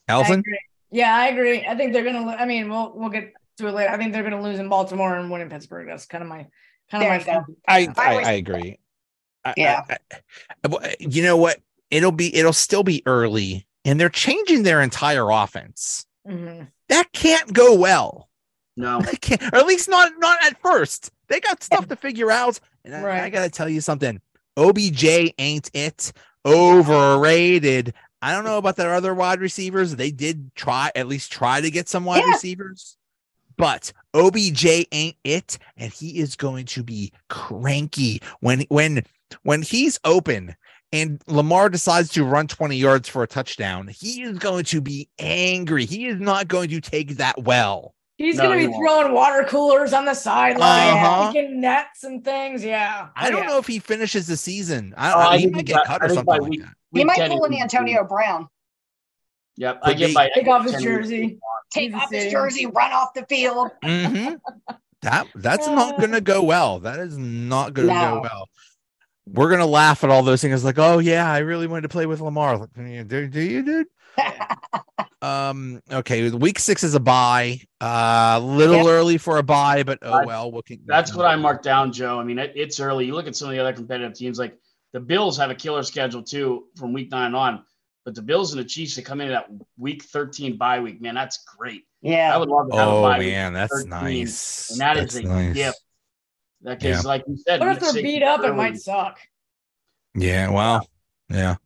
S2: I
S1: Allison,
S2: agree. Yeah, I agree. I think they're gonna. lo- I mean, we'll we'll get to it later. I think they're gonna lose in Baltimore and win in Pittsburgh. That's kind of my kind
S3: There
S2: of
S3: you
S2: my.
S3: go.
S2: feeling.
S1: I
S3: I
S1: I,
S3: always-
S1: I agree. I- I-
S3: Yeah.
S1: I- I- well, you know what? It'll be it'll still be early, and they're changing their entire offense.
S2: Mhm.
S1: That can't go well.
S4: No,
S1: That *laughs* can't, or at least not not at first. They got stuff to figure out. And I- I,
S2: Right.
S1: gotta tell you something. OBJ ain't it. Overrated. I don't know about their other wide receivers. They did try at least try to get some wide
S3: Yeah.
S1: receivers, but OBJ ain't it, and he is going to be cranky when when when he's open and Lamar decides to run 20 yards for a touchdown. He is going to be angry. He is not going to take that well.
S2: He's
S4: No,
S2: gonna
S4: he
S2: be
S4: won't.
S2: throwing water coolers on the sideline,
S1: Uh-huh.
S2: kicking nets and things. Yeah.
S1: I
S2: Oh,
S1: don't
S2: yeah.
S1: know if he finishes the season. I,
S4: Oh, I
S1: he
S4: think
S1: might
S4: he
S1: get
S4: got-
S1: cut
S4: I
S1: or
S4: think
S1: something
S4: by
S1: like
S4: week-
S1: that.
S3: You
S4: Week
S3: might
S4: 10
S3: pull
S4: is
S3: in
S4: week two.
S3: Antonio Brown,
S4: Yep, I
S1: Could
S4: get
S1: be.
S4: my
S2: Take off his
S4: 10
S2: jersey.
S3: take
S2: He's a
S3: off his
S2: city.
S3: jersey, run off the field.
S1: Mhm.
S4: *laughs*
S1: That that's not going to go well. That is not going to go
S3: No.
S1: well. We're gonna laugh at all those things. Like, oh yeah, I really wanted to play with Lamar. Like, "Yeah, do, do you, dude? Um. Okay. Week six is a buy. Uh, a little
S3: Yep.
S1: early for a buy, but oh
S4: That's-
S1: well. What can,
S4: That's what I marked down, Joe. I mean, it, it's early. You look at some of the other competitive teams, like the Bills have a killer schedule too from week nine on. But the Bills and the Chiefs that come into that week 13 bye week, man, that's great.
S3: *laughs*
S4: I
S3: Yeah.
S4: would love to have a
S1: Oh
S4: bye week.
S1: man, that's
S4: 13,
S1: nice.
S4: and that is
S1: that's
S4: a gift. That case, like you said,
S2: What
S4: week
S2: if they're
S4: six
S2: beat
S4: is
S2: up? It
S4: early.
S2: might suck.
S1: Yeah. Well. Yeah.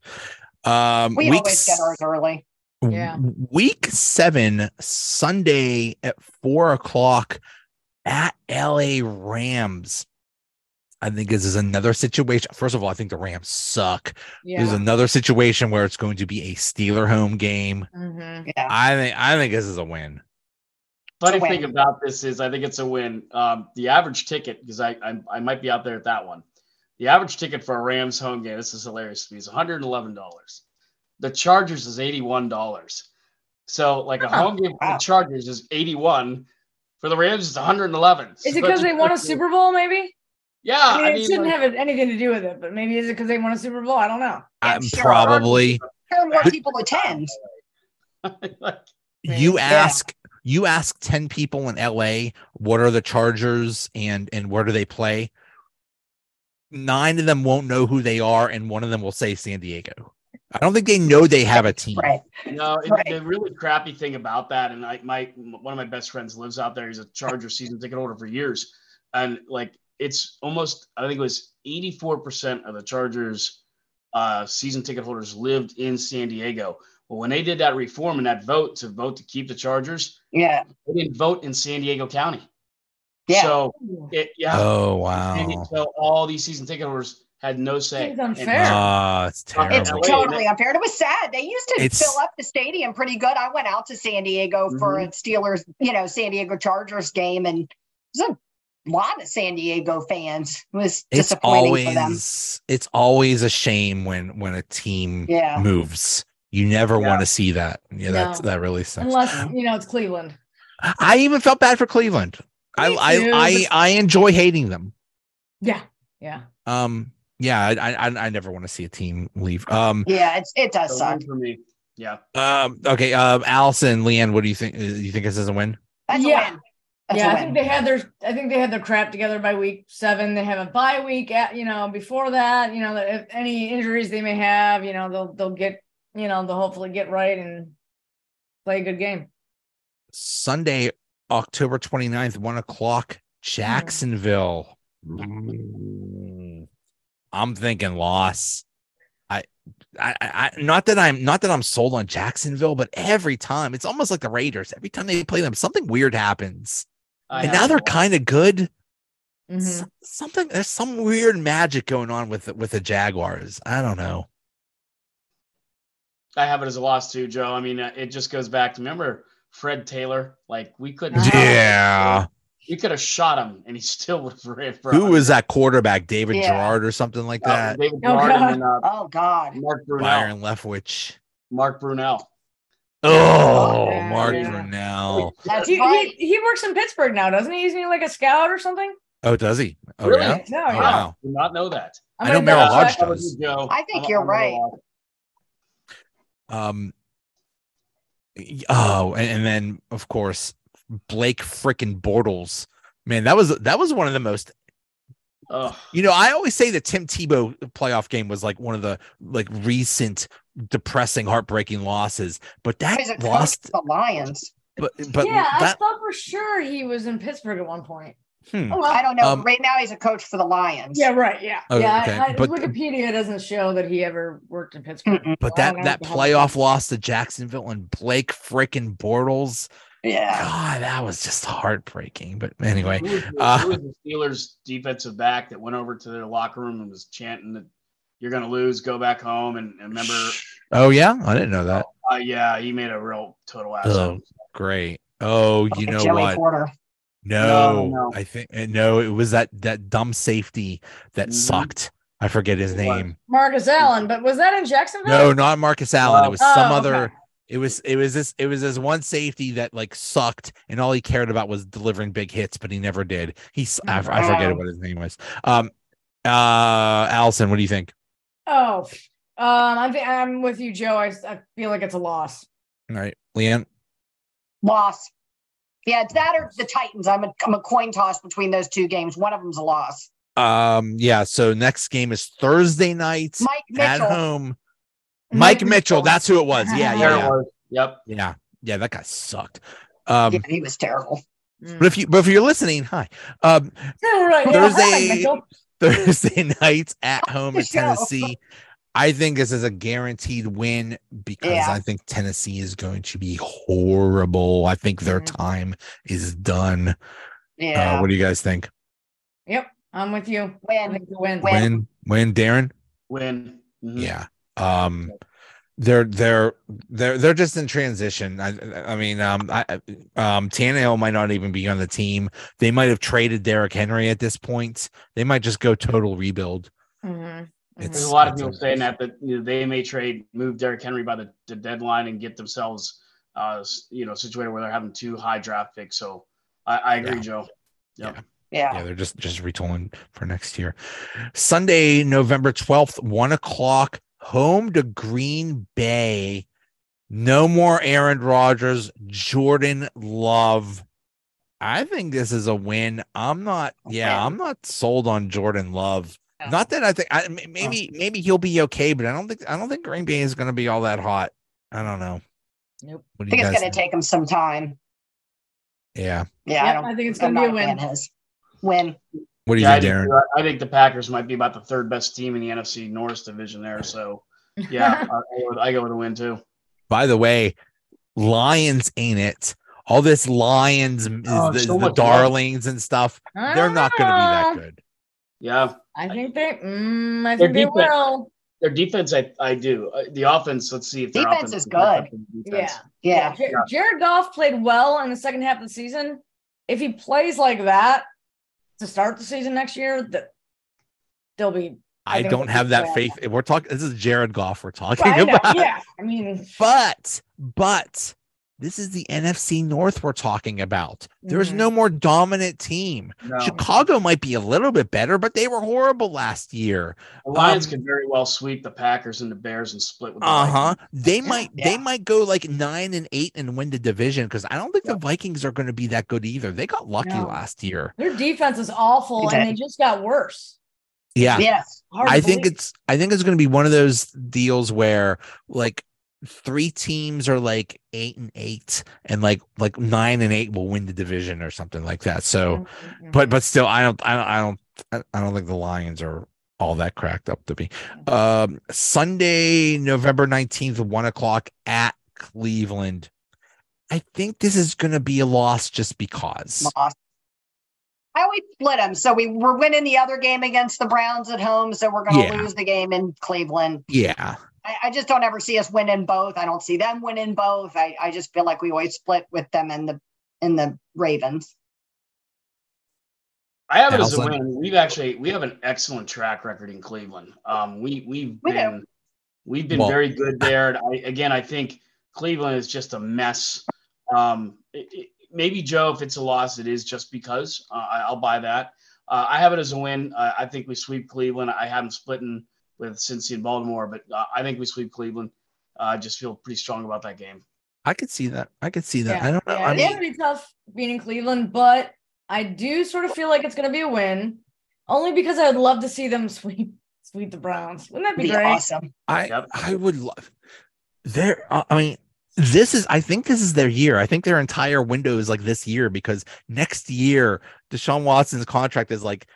S1: Um.
S3: We
S1: week
S3: always get
S1: s-
S3: ours early.
S2: Yeah.
S1: W- Week seven, Sunday at four o'clock at LA Rams. I think this is another situation. First of all, I think the Rams suck.
S2: Yeah.
S1: This is another situation where it's going to be a Steeler home game.
S2: Mhm.
S3: Yeah.
S1: I think I think this is a win.
S4: Funny
S3: It's a
S4: thing
S3: win.
S4: about this is, I think it's a win. Um, the average ticket, because I, I I might be out there at that one. The average ticket for a Rams home game, this is hilarious to me, is one hundred and eleven dollars. The Chargers is eighty one dollars. So like
S2: Ah,
S4: a home game for
S3: wow.
S4: the Chargers is eighty one. For the Rams, it's one hundred and eleven.
S2: Is it because they won a Super Bowl? Maybe.
S4: Yeah,
S2: I mean,
S4: Uh, I
S2: it
S4: mean,
S2: shouldn't
S4: like,
S2: have it- anything to do with it, but maybe is it because they won a Super Bowl? I don't know.
S3: Yeah,
S1: I'm
S3: sure.
S1: probably
S3: Here more
S1: But-
S3: people
S1: *laughs*
S3: attend.
S4: *laughs* like,
S1: you
S2: Yeah.
S1: ask you ask 10 people in LA what are the Chargers and and where do they play? Nine of them won't know who they are, and one of them will say San Diego. I don't think they know they have a team.
S3: Right.
S4: No, and
S3: Right.
S4: the really crappy thing about that, and I, my one of my best friends lives out there. He's a Charger season ticket holder for years, and like it's almost I think it was 84% of the Chargers uh, season ticket holders lived in San Diego. Well, when they did that reform and that vote to vote to keep the Chargers,
S3: Yeah.
S4: they didn't vote in San Diego County.
S3: Yeah.
S4: So it, yeah,
S1: Oh
S4: and
S1: wow.
S4: so all these season ticket holders had no say.
S2: Seems
S4: And-
S2: unfair.
S1: Ah, it's
S4: Fucking
S1: terrible.
S3: It's
S4: Wait a
S3: totally
S4: minute.
S3: unfair. It was sad. They used to
S1: It's-
S3: fill up the stadium pretty good. I went out to San Diego for a
S1: Mm-hmm.
S3: Steelers, you know, San Diego Chargers game, and there's a lot of San Diego fans. It was
S1: it's
S3: disappointing for them.
S1: always it's always a shame when when a team
S3: Yeah.
S1: moves. You never
S4: Yeah.
S1: want to see that. Yeah, that's
S2: No.
S1: that really sucks.
S2: Unless you know it's Cleveland.
S1: I even felt bad for Cleveland. I
S2: Me
S1: I,
S2: too,
S1: I
S2: but-
S1: I enjoy hating them.
S2: Yeah, yeah.
S1: Um, yeah, I I, I- I never want to see a team leave. Um,
S3: Yeah, it's, it does
S4: So
S3: suck.
S4: one for me. Yeah.
S1: um, okay. Um, Allison, Leanne, what do you think? uh, You think this is a win?
S3: That's
S2: Yeah.
S3: a win. That's
S2: yeah,
S3: a
S2: I
S3: win.
S2: think they had their I think they had their crap together by week seven. They have a bye week at you know before that. You know if any injuries they may have, you know they'll they'll get you know they'll hopefully get right and play a good game.
S1: Sunday, October 29th, one o'clock, Jacksonville. Mm. I'm thinking loss. I, I, I, not that I'm not that I'm sold on Jacksonville, but every time it's almost like the Raiders. Every time they play them, something weird happens,
S4: I
S1: and
S4: have
S1: now they're
S4: to watch.
S1: kind of good.
S2: Mhm.
S3: Mm-hmm.
S1: S- something there's some weird magic going on with the- with the Jaguars. I don't know.
S4: I have it as a loss too, Joe. I mean, uh, it just goes back to remember Fred Taylor. Like we couldn't.
S1: Yeah.
S4: We could have shot him, and he still *laughs* would have ran for.
S1: Who was that quarterback? David
S3: Yeah.
S1: Gerard or something like
S4: Uh,
S1: that?
S4: David
S2: Oh,
S4: Garden
S2: God.
S4: and uh,
S3: Oh God.
S4: Mark Brunell.
S1: Byron Leftwich.
S4: Mark Brunell.
S1: Oh,
S2: yeah,
S1: Mark
S4: yeah.
S1: Brunell.
S3: That's
S2: He,
S3: right.
S2: he, he works in Pittsburgh now, doesn't he? Isn't he like a scout or something?
S1: Oh, does he? Oh
S4: Really?
S1: yeah.
S2: No,
S1: Oh,
S2: yeah.
S1: wow.
S4: Did not know that.
S2: I'm
S1: I know
S2: gonna
S1: Merrill
S2: double
S1: Hodge
S2: check.
S4: That was
S1: does.
S4: you, Joe.
S3: I think
S4: I'm-
S3: you're
S4: I'm
S3: right.
S4: wrong.
S1: Um. y- Oh, and, and then of course Blake freaking Bortles. Man, that was that was one of the most
S4: Ugh.
S1: You know, I always say the Tim Tebow playoff game was like one of the like recent depressing, heartbreaking losses. But that
S3: He's a coach
S1: lost,
S3: for the Lions.
S1: but but
S2: yeah, I
S1: that
S2: thought for sure he was in Pittsburgh at one point.
S1: hmm.
S2: Oh, well.
S3: I don't know.
S1: Um,
S3: right now, he's a coach for the Lions.
S2: Yeah, right. Yeah,
S1: Oh,
S2: yeah.
S1: okay,
S2: I, I,
S1: but-
S2: Wikipedia doesn't show that he ever worked in Pittsburgh.
S3: Mm-mm.
S1: but
S2: I
S1: that
S2: don't know
S1: that
S2: if they have-
S1: playoff loss to Jacksonville and Blake frickin' Bortles,
S3: Yeah.
S1: God, that was just heartbreaking. But anyway,
S4: Who was, the,
S1: uh,
S4: who was the Steelers defensive back that went over to their locker room and was chanting that you're going to lose, go back home? And, and remember,
S1: oh yeah, I didn't know that.
S4: uh, yeah, he made a real total ass. out
S1: Oh,
S4: of
S1: great. Oh, you
S3: Look at
S1: know
S3: Joey
S1: what?
S3: Porter.
S1: No,
S4: no.
S1: I think uh, no. It was that that dumb safety that
S4: Mhm.
S1: sucked. I forget his
S4: It was.
S1: name.
S2: Marcus Allen, but was that in Jacksonville?
S3: *laughs*
S1: No, not Marcus Allen. It was
S2: Oh,
S1: some
S2: okay.
S1: other. It was it was this it was this one safety that like sucked, and all he cared about was delivering big hits, but he never did. He's I, I forget
S3: Wow.
S1: what his name was. Um, uh, Allison, what do you think?
S2: Oh, um, I'm I'm with you, Joe. I, I feel like it's a loss.
S1: All right, Leanne.
S3: Loss. Yeah, it's that or the Titans. I'm a, I'm a coin toss between those two games. One of them's a loss.
S1: Um, yeah. So next game is Thursday night
S3: Mike
S1: at
S3: Mitchell.
S1: home. Mike Mitchell, that's who it was. Yeah, yeah,
S4: it. There it
S3: *laughs*
S1: yeah,
S4: was. Yep.
S1: yeah. Yeah, that guy sucked. Um,
S3: yeah, he was terrible. Mm.
S1: but if you but if you're listening, hi. Um,
S2: *laughs* right, yeah,
S1: Thursday-
S2: Hi, Mitchell.
S1: *laughs* Thursday night at home
S3: the
S1: in
S3: show.
S1: Tennessee. I think this is a guaranteed win because
S3: Yeah.
S1: I think Tennessee is going to be horrible. I think their
S2: Mhm.
S1: time is done.
S3: Mm-hmm. Yeah.
S1: Uh, what do you guys think?
S2: Yep, I'm with you. I
S3: when
S2: think the win.
S3: Win. Mm-hmm.
S1: Win, win, Darren.
S4: Win. Mhm.
S1: Yeah. Um, they're they're they're they're just in transition. I I mean, um, I um, Tannehill might not even be on the team. They might have traded Derrick Henry at this point. They might just go total rebuild.
S2: Mhm,
S1: It's-
S4: There's
S2: mhm.
S4: a lot of people saying that that you know, they may trade, move Derrick Henry by the, the deadline and get themselves, uh, s- you know, situated where they're having two high draft picks. So I, I agree,
S1: Yeah.
S4: Joe.
S1: yeah,
S3: yeah.
S1: they're just just retooling for next year. Sunday, November twelfth, one o'clock, home to Green Bay. No more Aaron Rodgers, Jordan Love. I think this is a win. I'm not, yeah, I'm not sold on Jordan Love. Not that I think I, m- maybe
S3: Oh.
S1: maybe he'll be okay, but I don't think I don't think Green Bay is going to be all that hot. I don't know.
S2: Nope.
S1: What
S3: I
S1: do
S3: think
S1: you
S3: it's
S1: guys?
S3: going to take him some time.
S1: Yeah.
S2: Yep,
S3: Yeah. I don't.
S2: I think it's
S3: I'm
S2: going to be a
S3: not
S2: win.
S3: fan of his. Win.
S1: What do you
S4: Yeah, I
S1: think, Darren?
S4: think, I think the Packers might be about the third best team in the NFC North division there. So,
S2: *laughs*
S3: *laughs*
S4: yeah, I, I go with- I go with a win too.
S1: By the way, Lions ain't it. All this Lions is
S4: Oh,
S1: the,
S4: so
S1: the
S4: much love.
S1: darlings and stuff.
S2: I
S1: They're
S2: don't
S1: not going to be that
S2: know.
S1: good.
S4: Yeah,
S2: I think they. Mm, I
S4: Their
S2: think they
S4: defense-
S2: will.
S4: their defense, I, I do. Uh, The offense, let's see if their
S3: Defense is
S4: offense can match
S3: good.
S4: up to the
S2: Yeah.
S3: Yeah.
S4: defense.
S2: Jar- Jared Goff played well in the second half of the season. If he plays like that to start the season next year, that they'll be. I
S1: I
S2: think
S1: don't
S2: they'll
S1: have
S2: be
S1: that
S2: bad.
S1: faith. We're talking. This is Jared Goff. We're talking
S2: I know,
S1: about.
S2: yeah, I mean,
S1: But, but this is the NFC North we're talking about. There's
S2: Mhm.
S1: no more dominant team.
S4: No,
S1: Chicago might be a little bit better, but they were horrible last year.
S4: the Lions
S1: um,
S4: could very well sweep the Packers and the Bears and split with the
S1: Uh huh.
S4: Vikings.
S1: They might
S3: Yeah.
S1: they might go like nine and eight and win the division because I don't think the Vikings are going to be that good either. They got lucky
S2: No.
S1: last year.
S2: their defense is awful, and they just got worse.
S1: Yeah,
S3: Yes.
S2: Hard to
S1: I think
S2: believe.
S1: it's I think it's going to be one of those deals where like three teams are like eight and eight and like like nine and eight will win the division or something like that. So,
S2: Mhm,
S1: but but still, I don't I don't I don't I- I don't think the Lions are all that cracked up to be. Um, Sunday, November nineteenth, one o'clock at Cleveland. I think this is going to be a loss just because.
S3: Loss. I always split them. So we were winning the other game against the Browns at home. So we're going to
S1: Yeah.
S3: lose the game in Cleveland.
S1: Yeah,
S3: I, I just don't ever see us winning both. I don't see them winning both. I, I just feel like we always split with them and the and the Ravens.
S4: I have it as a
S1: Thousand.
S4: win. We've actually we have an excellent track record in Cleveland. Um, we we've
S3: We do.
S4: been we've been
S1: Well-
S4: very good there. And I, again, I think Cleveland is just a mess. Um, it- it- maybe Joe, if it's a loss, it is just because uh, I, I'll buy that. Uh, I have it as a win. Uh, I think we sweep Cleveland. I have them splitting with Cincy and Baltimore, but uh, I think we sweep Cleveland. Uh, I just feel pretty strong about that game.
S1: I could see that. I could see that.
S2: Yeah,
S1: I don't know.
S2: yeah,
S1: I
S2: it's
S1: mean,
S2: gonna be tough being in Cleveland, but I do sort of feel like it's gonna be a win, only because I would love to see them *laughs* sweep sweep the Browns. Wouldn't that be,
S3: Be
S2: great?
S3: awesome.
S1: I
S4: Yep.
S1: I would love there. uh, I I mean, this is I think this is their year. I think their entire window is like this year because next year Deshaun Watson's contract is like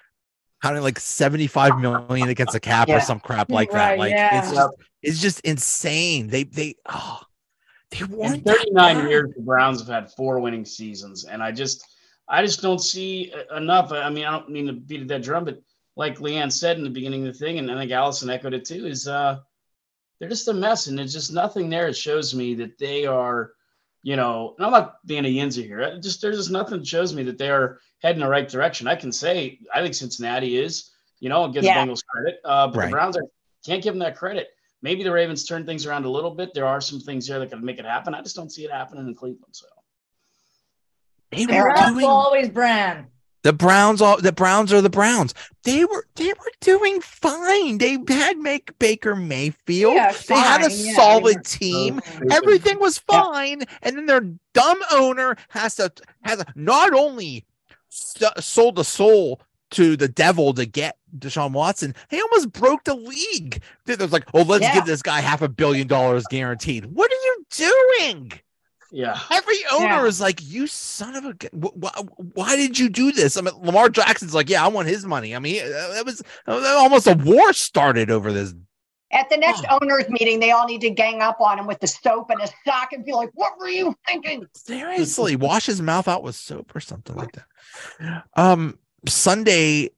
S1: counting like seventy five million against the cap
S3: Yeah.
S1: or some crap like that.
S2: Right,
S1: Like
S2: yeah.
S1: it's just it's just insane. They they oh they
S4: In
S1: won that
S4: 39
S1: bad.
S4: years, the Browns have had four winning seasons, and I just, I just don't see e- enough. I mean, I don't mean to beat a dead drum, but like Leanne said in the beginning of the thing, and I think Allison echoed it too, is uh, they're just a mess, and there's just nothing there. It shows me that they are, you know, and I'm not being a yinzer here. I just there's just nothing that shows me that they are heading the right direction. I can say I think Cincinnati is, you know, I'll give
S3: Yeah.
S4: the Bengals credit, uh, but
S1: Right.
S4: the Browns are, can't give them that credit maybe the Ravens turn things around a little bit. There are some things there that could make it happen. I just don't see it happening in Cleveland. So
S1: They
S3: Fair
S1: were
S3: enough.
S2: Browns will
S1: doing
S2: always brand.
S1: the Browns. All the Browns are the Browns. They were they were doing fine. They had make Baker Mayfield.
S2: Yeah,
S1: they had a
S2: fine, yeah.
S1: solid team. everything was
S3: Yeah.
S1: fine and then their dumb owner has to has not only st- sold the soul to the devil to get Deshaun Watson, he almost broke the league. They- They're like, oh, let's
S3: Yeah.
S1: give this guy half a billion dollars guaranteed. What are you doing?
S4: Yeah.
S1: Every owner
S2: Yeah.
S1: is like, you son of a. g- wh- wh- Why did you do this? I mean, Lamar Jackson's like, yeah, I want his money. I mean, that was almost a war started over this
S3: At the next owners meeting, they all need to gang up on him with the soap and a sock and be like, "What were you thinking?"
S1: Seriously, wash his mouth out with soap or something like that. Um, Sunday,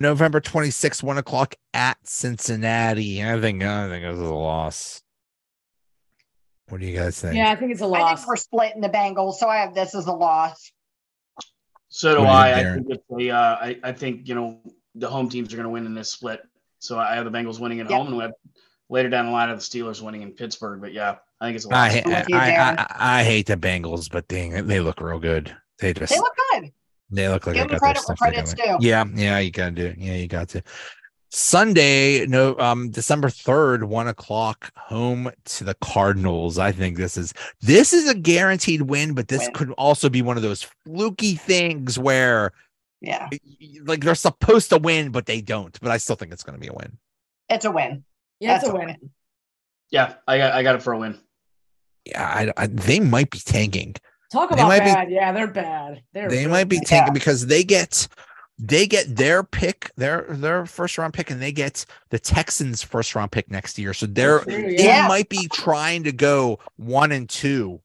S1: November 26th, one o'clock at Cincinnati. I think I think this is a loss. What do you guys think?
S2: Yeah, I think it's a
S3: I
S2: loss.
S3: think we're splitting the Bengals, so I have this as a loss.
S4: So do
S1: What do you
S4: I. I
S1: think,
S4: think, if they, uh, I, I think, you know, the home teams are going to win in this split. So I have the Bengals winning at
S3: Yeah.
S4: home and we have later down the line of the Steelers winning in Pittsburgh. But yeah, I think it's a
S1: I,
S4: lot.
S1: ha-
S3: I'm with you,
S1: I,
S3: Darren.
S1: I, I, I hate the Bengals, but dang, they look real good. They just
S3: They look good.
S1: They look like
S3: Give
S1: I
S3: them
S1: got
S3: credit
S1: their
S3: where
S1: stuff
S3: credit's
S1: together.
S3: due.
S1: Yeah, yeah, you gotta do it. Yeah, you got to. Sunday, no, um, December third, one o'clock, home to the Cardinals. I think this is this is a guaranteed win, but this
S3: Win.
S1: could also be one of those fluky things where
S3: Yeah,
S1: like they're supposed to win, but they don't. But I still think it's gonna be a win.
S3: it's a win.
S2: yeah, it's
S3: That's
S2: a win.
S4: Yeah, I got, I got it for a win.
S1: Yeah, I, I- they might be tanking.
S2: Talk
S1: They
S2: about
S1: might be-
S2: bad. yeah, they're bad. They're
S1: They
S2: really
S1: might be
S2: bad.
S1: tanking
S3: Yeah.
S1: because they get they get their pick, their their first round pick, and they get the Texans' first round pick next year. So they're they
S3: Yeah.
S1: might be trying to go one and two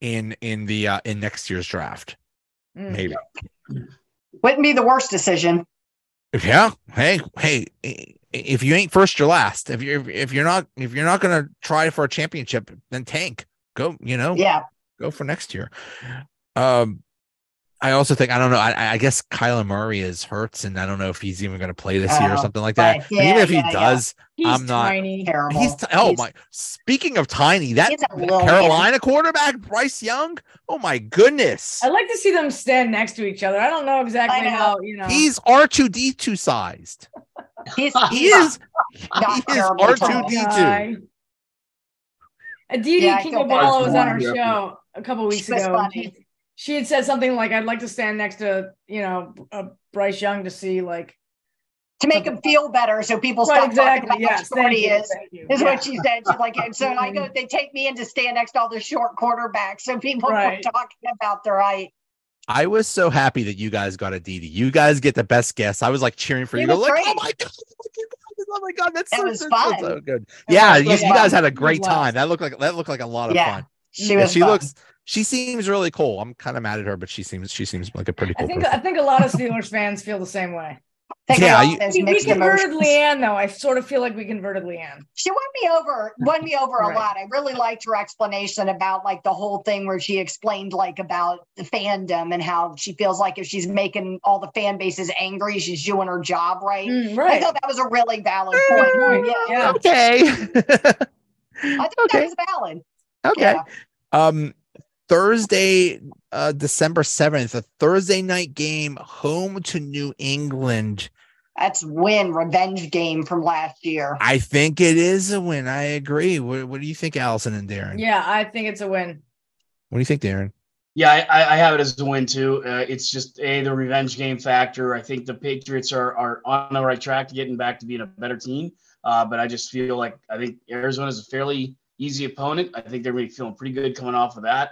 S1: in in the uh, in next year's draft.
S3: Hmm.
S2: Mm.
S1: Maybe.
S3: Wouldn't be the worst decision.
S1: Yeah. Hey, hey, i- if you ain't first, you're last. If you're if you're not if you're not gonna try for a championship, then tank. Go, you know,
S3: Yeah.
S1: go for next year. Um, I also think I don't know. I, I guess Kyler Murray is hurts, and I don't know if he's even going to play this year or
S3: Oh,
S1: something like that.
S3: right.
S1: but even
S3: Yeah,
S1: if he
S3: yeah, yeah.
S1: does,
S2: He's
S1: I'm not-
S2: tiny.
S3: Terrible.
S1: he's t- oh
S3: He's-
S1: my. Speaking of tiny, that
S3: He's a little
S1: Carolina quarterback Bryce Young. Oh my goodness,
S2: I like to see them stand next to each other. I don't know exactly
S3: I know.
S2: how you know.
S1: he's R two D two
S3: *laughs*
S1: sized.
S3: He's,
S1: *laughs* He is
S3: not
S1: he is
S3: terribly
S1: R two
S2: Oh,
S3: tall.
S1: D two.
S2: guy. Aditi
S3: Yeah, I feel bad
S2: Kingabala
S4: for
S2: was on our
S4: him.
S2: show a couple weeks
S3: She was
S2: ago. and
S3: funny.
S2: She, she had said something like, "I'd like to stand next to you know uh, Bryce Young to see like
S3: to make him feel better so people
S2: Right,
S3: stop talking about
S2: yes,
S3: how short
S2: thank
S3: he
S2: you,
S3: is.
S2: thank you,
S3: Is
S2: yeah. Mm-hmm.
S3: what she said. She's like, and so I go, they take me in to stand next to all the short quarterbacks. So people
S2: Right.
S3: are talking about their height.
S1: I was so happy that you guys got a DD. You guys get the best guess. I was like cheering for
S3: It
S1: you. Like,
S3: was great.
S1: oh my god, *laughs* look, you guys, oh my god, that's
S3: It
S1: so,
S3: was
S1: so- so-
S3: fun.
S1: so good. yeah,
S2: was
S1: you,
S2: good
S1: you guys
S2: fun.
S1: had a
S2: It
S1: great
S2: was.
S1: time. That looked like that looked like a lot of
S3: Yeah.
S1: fun.
S3: She
S1: And
S3: was
S1: she
S3: fun.
S1: looks, she seems really cool. I'm kind of mad at her, but she seems she seems like a pretty
S2: I
S1: cool
S2: think uh,
S1: person.
S2: I think a lot of Steelers fans feel the same way.
S3: I think
S1: Yeah,
S3: yeah,
S1: you-
S2: I think we
S3: "Oh, mixed
S2: converted
S3: emotions.
S2: Leanne though. I sort of feel like we converted Leanne.
S3: She won me over, won me over
S2: Right.
S3: a lot. I really liked her explanation about like the whole thing where she explained like about the fandom and how she feels like if she's making all the fan bases angry, she's doing her job right.
S2: Mm,
S3: I
S2: right.
S3: thought that was a really valid point.
S2: point.
S3: Yeah.
S1: *laughs*
S2: Yeah.
S1: okay.
S3: I think
S1: okay.
S3: that was valid.
S1: Okay.
S3: Yeah.
S1: Um Thursday, uh December 7th, a Thursday night game home to New England.
S3: That's win revenge game from last year.
S1: I think it is a win. I agree. What, what do you think, Allison and Darren?
S2: Yeah, I think it's a win.
S1: What do you think, Darren?
S4: Yeah, I- I, I have it as a win too. Uh, it's just a the revenge game factor. I think the Patriots are are on the right track to getting back to being a better team. Uh, but I just feel like I think Arizona's a fairly easy opponent. I think they're going to be feeling pretty good coming off of that.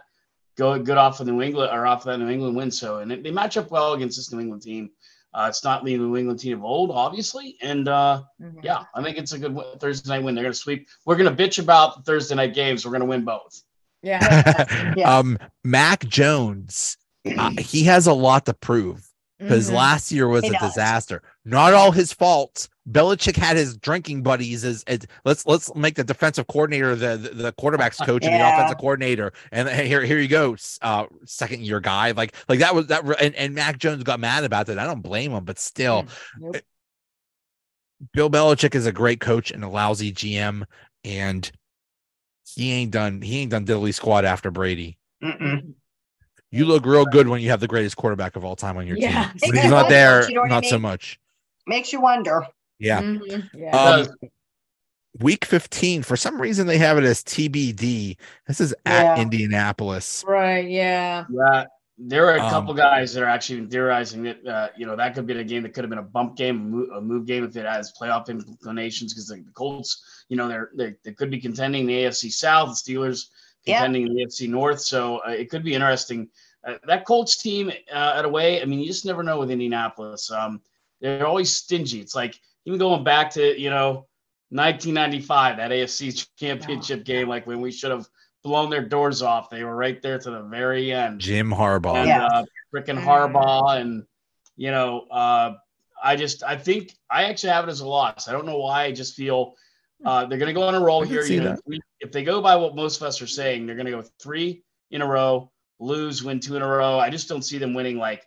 S4: Go good off of New England or off of that New England win. So and they- they match up well against this New England team. Uh, it's not the New England team of old, obviously, and uh,
S2: Mhm.
S4: yeah, I think it's a good win- Thursday night win. They're going to sweep. We're going to bitch about the Thursday night games. We're going to win both.
S2: Yeah.
S3: *laughs*
S1: *laughs*
S3: Yeah.
S1: um, Mac Jones, uh, he has a lot to prove because
S2: Mhm.
S1: last year was
S3: He
S1: a
S3: does.
S1: disaster. Not all his fault. Belichick had his drinking buddies as, as let's let's make the defensive coordinator the the, the quarterbacks coach and the
S3: Yeah.
S1: offensive coordinator. And hey, here here you go, s- uh, second year guy. Like like that was that re- and, and Mac Jones got mad about that. I don't blame him, but still,
S2: Nope.
S1: Bill Belichick is a great coach and a lousy GM, and he ain't done he ain't done diddly squad after Brady.
S3: Mm-mm.
S1: You look real good when you have the greatest quarterback of all time on your
S2: Yeah.
S1: team. When he's
S3: Yeah.
S1: not there,
S3: You know what I
S1: not so
S3: mean?
S1: much.
S3: Makes you wonder.
S1: Yeah.
S2: Mhm. Yeah.
S1: Um,
S4: Does-
S1: week 15, for some reason, they have it as TBD. This is at
S3: Yeah.
S1: Indianapolis.
S2: right. Yeah.
S4: Yeah, there are a
S1: Um,
S4: couple guys that are actually theorizing that uh, you know that could be a game that could have been a bump game, a move, a move game if it has playoff inclinations because the Colts, you know, they're they, they could be contending in the AFC South, the Steelers
S3: Yeah.
S4: contending in the AFC North, so uh, it could be interesting. Uh, that Colts team, uh, at a way, I mean, you just never know with Indianapolis. Um, they're always stingy. It's like even going back to you know 1995, that AFC Championship game, like when we should have blown their doors off, they were right there to the very end
S1: Jim Harbaugh.
S4: and
S3: Yeah.
S4: uh, freaking Harbaugh, and you know, uh, I just I think I actually have it as a loss. I don't know why. I just feel uh, they're going to go on a roll
S1: I can
S4: here.
S1: see
S4: You know,
S1: that.
S4: we- if they go by what most of us are saying, they're going to go three in a row, lose, win two in a row. I just don't see them winning like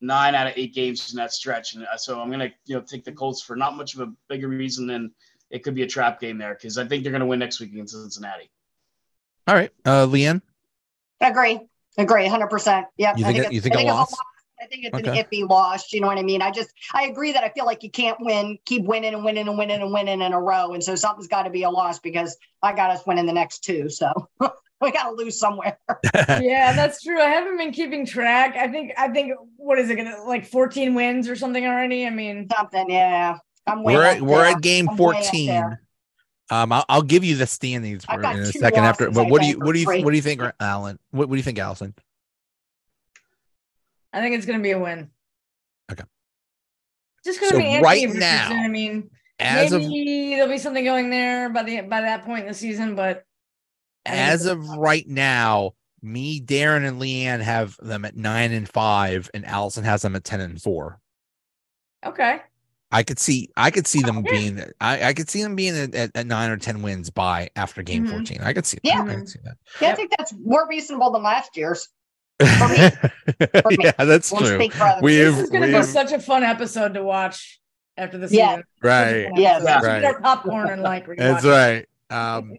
S4: nine out of eight games in that stretch. And uh, so I'm going to you know take the Colts for not much of a bigger reason than it could be a trap game there because I think they're going to win next week against Cincinnati.
S1: All right. Uh, Leanne,
S3: Agree. Agree. 100%. Yep.
S1: you think,
S3: I think
S1: it-
S3: it's-
S1: you think
S3: I
S1: a
S3: think it's
S1: loss?
S3: I think it's
S1: Okay.
S3: an iffy loss. You know what I mean? I just, I agree that I feel like you can't win, keep winning and winning and winning and winning in a row. And so something's got to be a loss because I got us winning the next two. So *laughs* we got to lose somewhere.
S2: yeah, that's true. I haven't been keeping track. I think I think what is it gonna like 14 wins or something already? I mean,
S3: Something. Yeah. I'm
S1: *laughs*
S3: way
S1: We're
S3: up
S1: at, we're
S3: there.
S1: at game
S3: I'm way up
S1: 14.
S3: there.
S1: Um, I'll, I'll give you the standings
S3: I've
S1: for-
S3: got
S1: in a
S3: two
S1: second after.
S3: losses,
S1: But
S3: I
S1: what do you
S3: think, or
S1: what do you
S3: three.
S1: what do you think, Alan? What, what do you think, Allison?
S2: I think it's gonna be a win. Just because
S1: So
S2: I mean, Anthony
S1: right
S2: Richardson,
S1: now,
S2: I mean,
S1: As of
S2: maybe there'll be something going there by the by that point in the season, but
S1: as of right now, me, Darren, and Leanne have them at nine and five, and Allison has them at ten and four.
S2: okay,
S1: I could see, I could see them
S2: yeah.
S1: being, I, I could see them being at, at, at nine or ten wins by after game
S2: Mhm.
S1: fourteen. I could see, that.
S3: Mm-hmm. Yeah.
S1: I could see that.
S3: Yeah, I
S2: Yep.
S3: think that's more reasonable than last year's. For me.
S1: *laughs* yeah, that's
S3: We'll
S1: true.
S3: speak for other
S1: We've,
S2: this is going to be
S1: we've
S2: such a fun episode to watch after the
S3: Yeah.
S2: season.
S1: right.
S3: Yeah.
S2: Such a fun episode.
S1: Right.
S2: Eat our popcorn and like
S1: That's
S2: rewatch it.
S1: right. Um,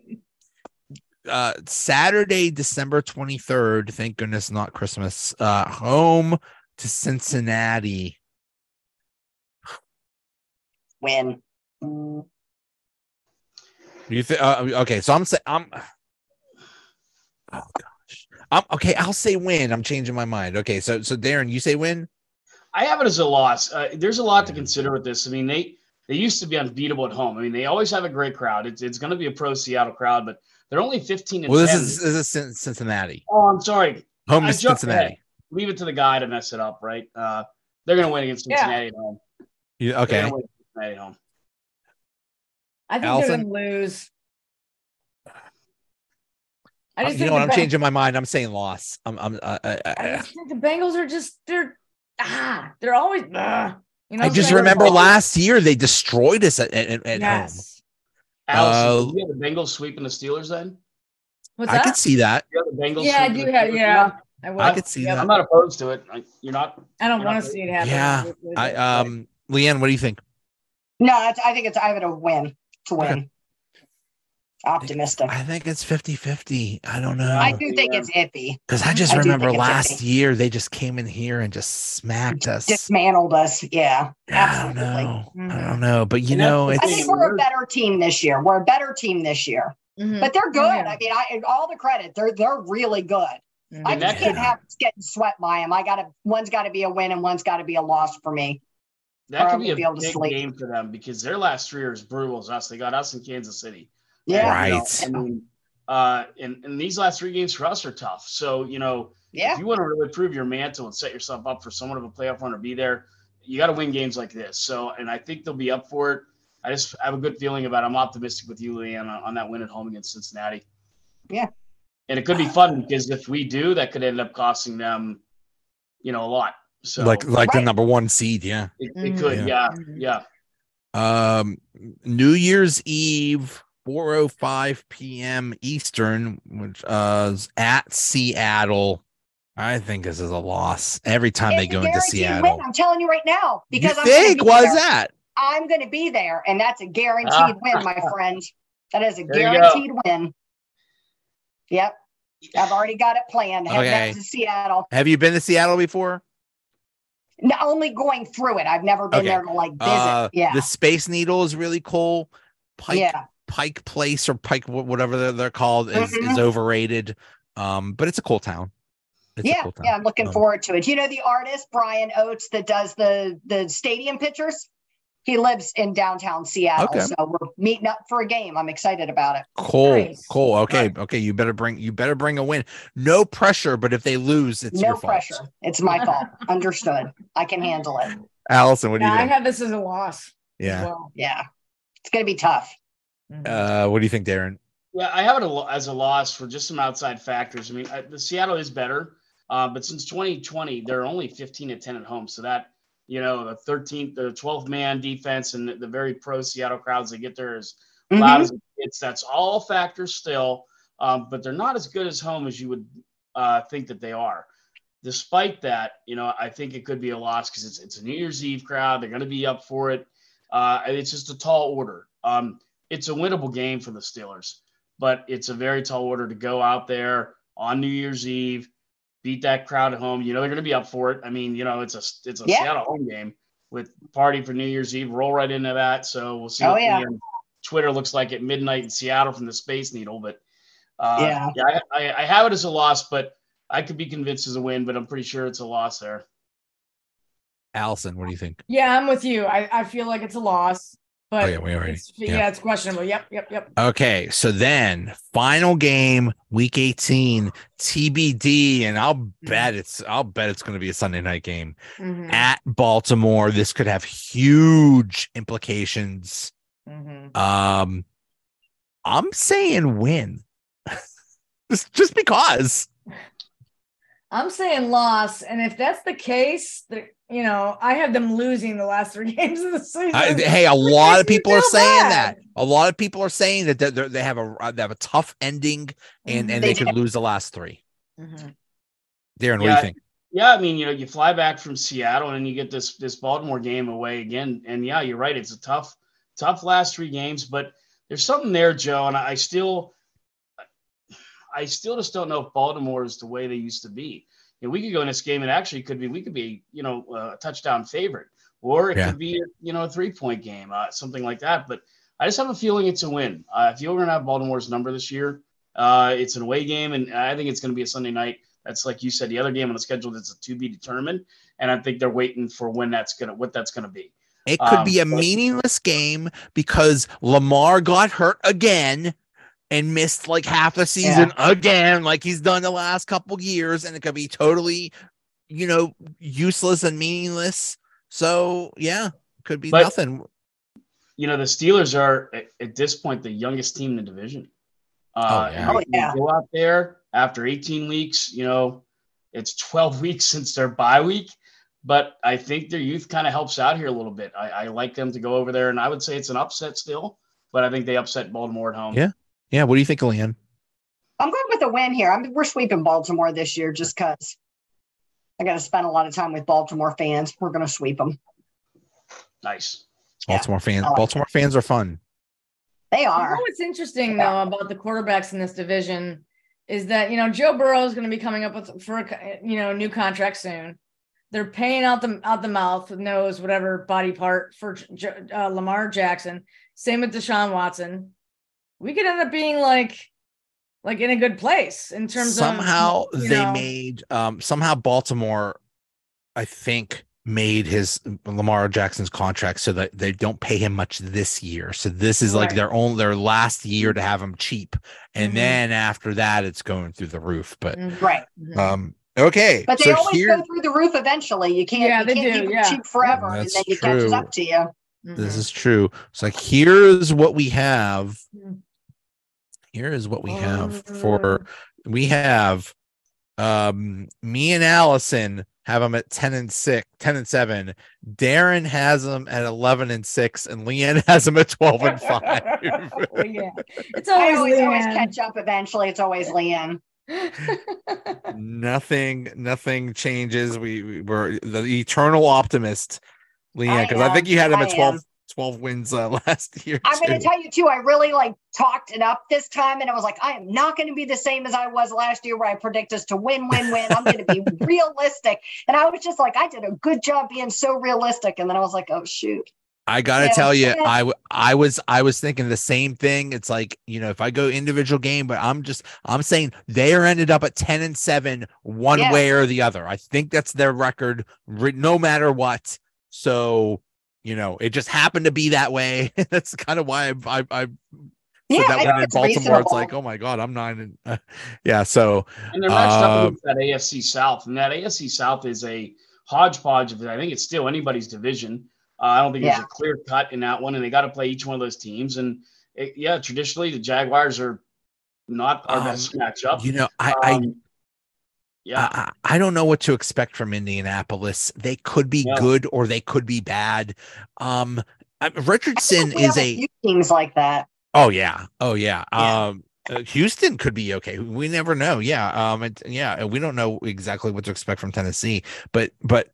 S1: uh, Saturday, December 23rd, thank goodness not Christmas, uh, home to Cincinnati.
S3: win.
S1: You think? Uh, okay, so I'm saying I'm. *sighs* Oh gosh, I'm okay. I'll say win. I'm changing my mind. Okay, so so Darren, you say win.
S4: I have it as a loss. Uh, there's a lot to
S1: Yeah.
S4: consider with this. I mean, they they used to be unbeatable at home. I mean, they always have a great crowd. It's, it's going to be a pro Seattle crowd, but they're only 15 and
S1: Well, this
S4: 10.
S1: is this is Cin- Cincinnati.
S4: oh, I'm sorry.
S1: Home
S4: I
S1: to
S4: jumped
S1: Cincinnati.
S4: Leave it to the guy to mess it up, right? Uh, they're going to win against
S2: Yeah.
S4: Cincinnati at home.
S1: You-
S4: They're
S1: okay,
S4: gonna win against Cincinnati at home.
S2: I think they're
S1: Allison?
S2: going to lose. I
S1: Uh,
S2: just
S1: you
S2: think
S1: know what?
S2: the
S1: I'm
S2: Ba-
S1: changing my mind. I'm saying loss. I'm I'm uh, uh, uh,
S2: I just think the Bengals are just they're ah they're always ah, you know.
S1: I just
S2: like-
S1: remember last year they destroyed us at, at, at home.
S2: Yes.
S4: Allison,
S1: Uh,
S4: do you have the Bengals sweeping the Steelers then?
S2: What's
S1: I
S2: that?
S1: could see that.
S4: Do you have the Bengals
S2: yeah, I
S4: sweeping
S2: do
S4: the
S2: have.
S4: Steelers?
S2: Yeah, I would.
S1: I could see
S2: Yeah,
S1: that.
S4: I'm not opposed to it. I, you're not.
S2: I don't
S4: Yeah.
S2: want to see it happen.
S1: Yeah, I um, Leanne, what do you think?
S3: No, that's, I think it's I have it a win to win. Optimistic.
S1: I uh, think it's 50-50. I don't
S3: I
S1: know
S3: do think it's iffy.
S1: because I just
S3: I do think
S1: remember
S3: it's
S1: last
S3: 50.
S1: year they just came in here and just smacked us.
S3: Dismantled us. Yeah.
S1: I don't
S3: Absolutely.
S1: know. I
S2: Mhm.
S1: don't know. But you
S4: And that's
S1: know,
S4: the
S3: I
S1: it's
S3: think we're a better team this year. We're a better team this year.
S2: Mhm.
S3: But they're good.
S2: Yeah.
S3: I mean, I all the credit. They're they're really good. I
S1: Mm-hmm.
S4: And
S3: just
S4: that
S3: can't
S4: could-
S3: have us getting swept by them. I gotta one's gotta be a win and one's gotta be a loss for me.
S4: That
S3: Or
S4: could
S3: I
S4: be a
S3: won't be able to
S4: big
S3: sleep.
S4: game for them because their last three are as brutal as us. They got us in Kansas City.
S3: Yeah.
S1: Right.
S4: You know, I mean, uh, and, and these last three games for us are tough. So, you know,
S3: Yeah.
S4: if you want to really prove your mantle and set yourself up for somewhat of a playoff run or be there, you got to win games like this. So, and I think they'll be up for it. I just have a good feeling about it. I'm optimistic with you, Leanne, on, on that win at home against Cincinnati.
S3: Yeah.
S4: And it could be fun because if we do, that could end up costing them, you know, a lot. So,
S1: like like the
S3: Right.
S1: number one seed. Yeah.
S4: it,
S3: Mm.
S4: it could,
S1: Mhm.
S4: yeah,
S2: Mhm.
S4: yeah.
S1: Um, New Year's Eve, four oh five p.m. Eastern, which uh, is at Seattle. I think this is a loss every time they
S3: It's a
S1: go into
S3: guaranteed
S1: Seattle.
S3: Win, I'm telling you right now.
S1: You
S3: Because I'm gonna
S1: think
S3: be
S1: why is
S3: there.
S1: that?
S3: I'm gonna be there, and that's a guaranteed
S4: Ah.
S3: win, my friend. That is a
S4: There you go.
S3: guaranteed win. Yep. I've already got it planned. Heading
S1: Okay.
S3: back to Seattle.
S1: Have you been to Seattle before?
S3: Not only going through it. I've never been
S1: Okay.
S3: there to like visit.
S1: Uh,
S3: yeah.
S1: The Space Needle is really cool. Pike
S3: yeah.
S1: Pike Place or Pike wh- whatever they're, they're called is, is
S3: Mhm.
S1: overrated. Um, but it's a cool town. It's a
S3: Yeah.
S1: cool town.
S3: Yeah. I'm looking
S1: Um,
S3: forward to it. You know the artist Brian Oates that does the the stadium pictures? He lives in downtown Seattle.
S1: Okay.
S3: So we're meeting up for a game. I'm excited about it.
S1: Cool,
S2: Nice.
S1: cool. Okay, okay. You better bring you better bring a win. No pressure, but if they lose, it's
S3: no
S1: your fault.
S3: pressure. It's
S2: *laughs*
S3: my fault. Understood. I can handle it.
S1: Allison, what do
S2: Yeah,
S1: you
S2: I
S1: think?
S2: have this as a loss. as
S1: yeah.
S2: well.
S3: Yeah. It's gonna be tough.
S2: Mhm.
S1: Uh, what do you think, Darren?
S4: Yeah, I have it a lo- as a loss for just some outside factors. I mean, I, the Seattle is better, uh, but since 2020, they're only 15 to 10 at home. So that you know, the 13th, the 12th man defense, and the, the very pro Seattle crowds they get there is
S3: Mhm.
S4: loud as it's. That's all factors still, um, but they're not as good as home as you would uh, think that they are. Despite that, you know, I think it could be a loss because it's it's a New Year's Eve crowd. They're going to be up for it. Uh, and it's just a tall order. Um, it's a winnable game for the Steelers, but it's a very tall order to go out there on New Year's Eve, beat that crowd at home. You know they're going to be up for it. I mean, you know, it's a it's a
S3: Yeah.
S4: Seattle home game with party for New Year's Eve. Roll right into that. So we'll see.
S3: Oh,
S4: what
S3: yeah.
S4: Leanne Twitter looks like at midnight in Seattle from the Space Needle, but uh,
S3: Yeah.
S4: yeah, I, I, I have it as a loss, but I could be convinced as a win, but I'm pretty sure it's a loss there.
S1: Allison, what do you think?
S2: Yeah, I'm with you. I, I feel like it's a loss, But
S1: Oh, yeah, we already-
S2: it's,
S1: yeah.
S2: yeah. it's questionable. Yep, yep, yep.
S1: Okay, so then final game, week 18, TBD, and I'll
S2: Mm-hmm.
S1: bet it's I'll bet it's going to be a Sunday night game
S2: Mhm,
S1: at Baltimore. This could have huge implications.
S2: mhm.
S1: Um I'm saying win. *laughs* just, just because.
S2: I'm saying loss, and if that's the case, the, you know, I have them losing the last three *laughs* games of the season. *laughs*
S1: I- hey, a lot
S2: makes
S1: of
S2: me
S1: people are
S2: feel
S1: saying
S2: bad.
S1: that. A lot of people are saying that they they have a they have a tough ending
S2: Mm-hmm.
S1: and and they
S3: They
S1: could lose the last 3.
S3: Mm-hmm.
S2: Mhm.
S1: Darren, what do
S4: Yeah,
S1: you think?
S4: Yeah, I mean, you know, you fly back from Seattle and you get this this Baltimore game away again. And yeah, you're right. It's a tough, tough last three games, but there's something there, Joe. And I still I still just don't know if Baltimore is the way they used to be. You know, we could go in this game and actually could be we could be, you know, a touchdown favorite. Or it
S1: Yeah.
S4: could be, you know, a three-point game, uh, something like that. But I just have a feeling it's a win. Uh, I feel we're gonna have Baltimore's number this year. Uh, it's an away game, and I think it's gonna be a Sunday night. That's like you said, the other game on the schedule that's a to be determined, and I think they're waiting for when that's gonna what that's gonna be.
S1: It could
S4: Um,
S1: be a
S4: but-
S1: meaningless game because Lamar got hurt again and missed like half the season again, like he's done the last couple years, and it could be totally, you know, useless and meaningless. So yeah, could be
S4: But-
S1: nothing.
S4: You know, the Steelers are at, at this point the youngest team in the division. Uh,
S1: Oh, yeah.
S4: and
S3: Oh,
S4: you- you
S3: yeah.
S4: Go out there after 18 weeks. You know, it's 12 *laughs* weeks since their bye week, but I think their youth kind of helps out here a little bit. I, I like them to go over there, and I would say it's an upset still, but I think they upset Baltimore at home.
S1: Yeah. Yeah, what do you think, Leanne?
S3: I'm going with a win here. I'm, we're sweeping Baltimore this year just because I got to spend a lot of time with Baltimore fans. We're going to sweep them.
S4: Nice.
S3: Yeah.
S1: Baltimore fans.
S3: I like
S1: Baltimore fans are fun.
S3: They
S2: You *laughs* know
S3: are.
S2: what's interesting
S3: Yeah.
S2: though about the quarterbacks in this division is that you know Joe Burrow is going to be coming up with for a co- you know new contract soon. They're paying out the out the mouth, nose, whatever body part for J- uh, Lamar Jackson. Same with Deshaun Watson. We could end up being like like in a good place in terms
S1: somehow
S2: of you
S1: they
S2: know,
S1: made um somehow Baltimore, I think, made his Lamar Jackson's contract so that they don't pay him much this year. So this is like
S2: Right. Mm-hmm.
S1: their own their last year to have him cheap. And
S2: Mhm.
S1: then after that it's going through the roof. But
S2: Mhm,
S3: Right.
S2: mhm.
S1: um okay.
S3: But they
S1: so
S3: always
S1: here
S3: go through the roof eventually. You can't,
S2: Yeah,
S3: you
S2: they
S3: can't
S2: do,
S3: keep
S2: yeah.
S3: it cheap forever and
S1: That's
S3: then it catches
S1: true.
S3: up to you.
S1: this
S3: Mm-hmm.
S2: Mhm. *laughs*
S1: is true. So here's what we have.
S3: Mm-hmm.
S2: Mhm.
S1: Here is what we have for
S3: Oh.
S1: we have um me and allison have them at 10 and 6 10 and 7 darren has them at 11 and 6 and leanne *laughs* has them at 12 and
S3: *laughs*
S1: 5
S2: Oh, yeah. It's
S3: I
S2: always,
S3: always, always
S2: Leanne.
S3: catch up eventually. It's always Leanne.
S1: nothing nothing changes we, we were the eternal optimist leanne
S3: I
S1: because I, think you had him
S3: am.
S1: at
S3: I
S1: 12
S3: am.
S1: 12 wins uh, *laughs* last year
S3: I'm going
S1: too.
S3: to tell you too. I really like talked it up this time, and I was like, I am not going to be the same as I was last year, where I predict us to win, win, win. I'm going to be realistic, and I was just like, I did a good job being so realistic, and then I was like, oh shoot,
S1: I gotta
S3: Yeah.
S1: tell you,
S3: Yeah.
S1: I w- I was I was thinking the same thing. It's like you know, if I go individual game, but I'm just I'm saying they are ended up at ten and seven, one
S3: Yeah.
S1: way or the other. I think that's their record, re- no matter what. So you know, it just happened to be that way. *laughs* that's kind of why I I, I
S3: yeah,
S1: said that
S3: I
S1: one
S3: think
S1: in
S3: it's
S1: Baltimore. It's
S3: reasonable.
S1: like, oh my god, I'm nine and *laughs* uh, yeah. So
S4: And they're matched
S1: Uh,
S4: up against that AFC South, and that AFC South is a hodgepodge of it. I think it's still anybody's division. Uh, I don't think there's a clear cut in that one, and they got to play each one of those teams. And it, yeah, traditionally the Jaguars are not our
S1: Um,
S4: best matchup.
S1: you know, I I
S4: Uh,
S1: Uh,
S4: Um, yeah,
S1: I, I I don't know what to expect from Indianapolis. They could be
S4: No.
S1: good or they could be bad. Um, I- Richardson
S3: We have
S1: is a
S3: few teams like that.
S1: oh yeah oh yeah.
S3: Yeah.
S1: Um, uh, Houston could be okay. We never know. Yeah. Um. It, yeah. and We don't know exactly what to expect from Tennessee, but but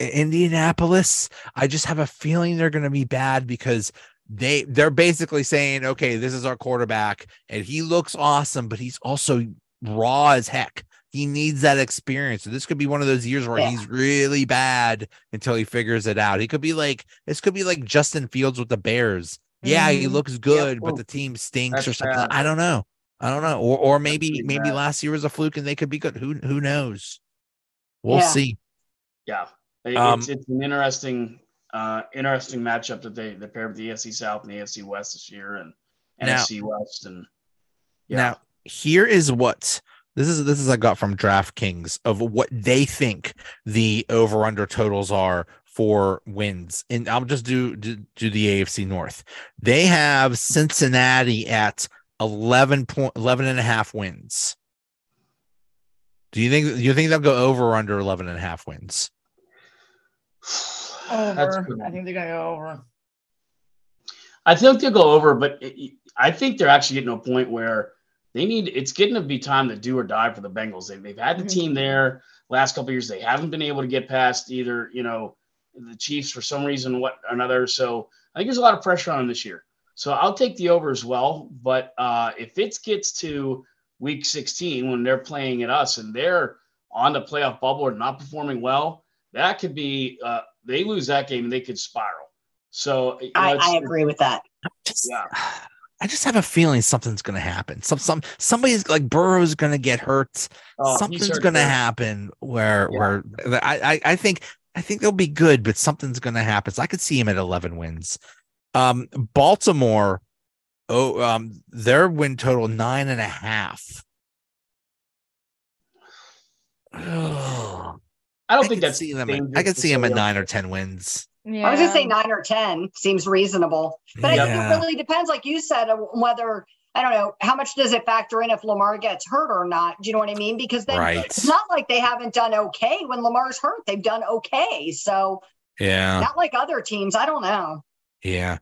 S1: Indianapolis, I just have a feeling they're going to be bad because they they're basically saying, okay, this is our quarterback, and he looks awesome, but he's also raw as heck. He needs that experience. So this could be one of those years where
S3: Yeah.
S1: he's really bad until he figures it out. He could be like this could be like Justin Fields with the Bears. Yeah, he
S2: Mhm.
S1: looks good, but
S4: Ooh.
S1: the team stinks or
S4: That's
S1: something.
S4: bad.
S1: I don't know. I don't know. Or or maybe
S4: pretty
S1: maybe
S4: bad.
S1: last year was a fluke and they could be good. Who who knows? We'll
S3: Yeah.
S1: see.
S4: yeah. It-
S1: Um,
S4: it's, it's an interesting. uh, interesting matchup that they they paired with the AFC South and the AFC West this year and
S1: Now-
S4: NFC West and yeah.
S1: Now, here is what this is this is I got from DraftKings of what they think the over under totals are for wins. And I'll just do, do do the AFC North. They have Cincinnati at 11 point 11 and a half wins. Do you think do you think they'll go over or under 11 and a half wins?
S4: *sighs*
S2: *laughs*
S4: That's
S2: Over.
S4: good.
S2: I think they're gonna go over.
S4: I think they'll go over, but it, I think they're actually getting to a point where they need. It's getting to be time to do or die for the Bengals. They, they've had the
S2: Mhm.
S3: Mm-hmm.
S4: team there last couple of years. They haven't been able to get past either. You know, the Chiefs for some reason, what or another. So I think there's a lot of pressure on them this year. So I'll take the over as well. But uh, if it gets to week 16 when they're playing at us and they're on the playoff bubble or not performing well, that could be uh, they lose that game and they could spiral. So you know,
S3: I,
S4: it's-
S3: I agree with that.
S1: Just-
S4: Yeah.
S1: I just have a feeling something's going to happen. Some some somebody's like Burrow's going to get hurt.
S4: Oh, he's
S1: something's
S4: hurt
S1: going to
S4: there.
S1: happen where
S4: Yeah.
S1: where the- I, I I think I think they'll be good, but something's going to happen. So I could see him at eleven wins. Um, Baltimore, oh, um, their win total nine and a half. *sighs* Ugh.
S4: I don't
S1: I
S4: think
S1: could
S4: that's
S1: see them. At, I
S4: dangerous
S1: could
S4: to
S1: see him
S4: say
S1: at
S4: that.
S1: nine or ten wins.
S2: Yeah.
S3: I was gonna say nine or ten seems reasonable, but I think
S1: Yeah.
S3: it really depends, like you said, of whether I don't know how much does it factor in if Lamar gets hurt or not. Do you know what I mean? Because then
S1: Right.
S3: it's not like they haven't done okay when Lamar's hurt; they've done okay. So
S1: Yeah.
S3: not like other teams. I don't know.
S1: Yeah.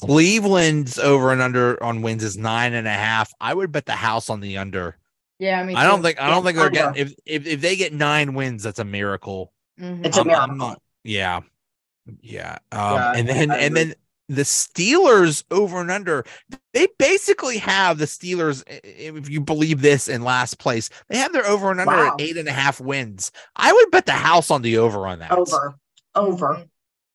S1: Cleveland's over and under on wins is nine and a half. I would bet the house on the under.
S2: Yeah, me
S1: I don't
S2: too.
S1: think I don't think they're
S3: Under.
S1: getting if, if if they get nine wins, that's a miracle.
S2: Mhm.
S3: It's a
S1: I'm- I'm
S3: miracle.
S1: not- Yeah. Yeah. Um,
S4: Yeah,
S1: and then
S4: I
S1: and
S4: agree.
S1: then the Steelers over and under, they basically have the Steelers, i- i- if you believe this, in last place. They have their over and under
S3: Wow.
S1: at eight and a half wins. I would bet the house on the over on that.
S3: Over, over.
S2: Mhm.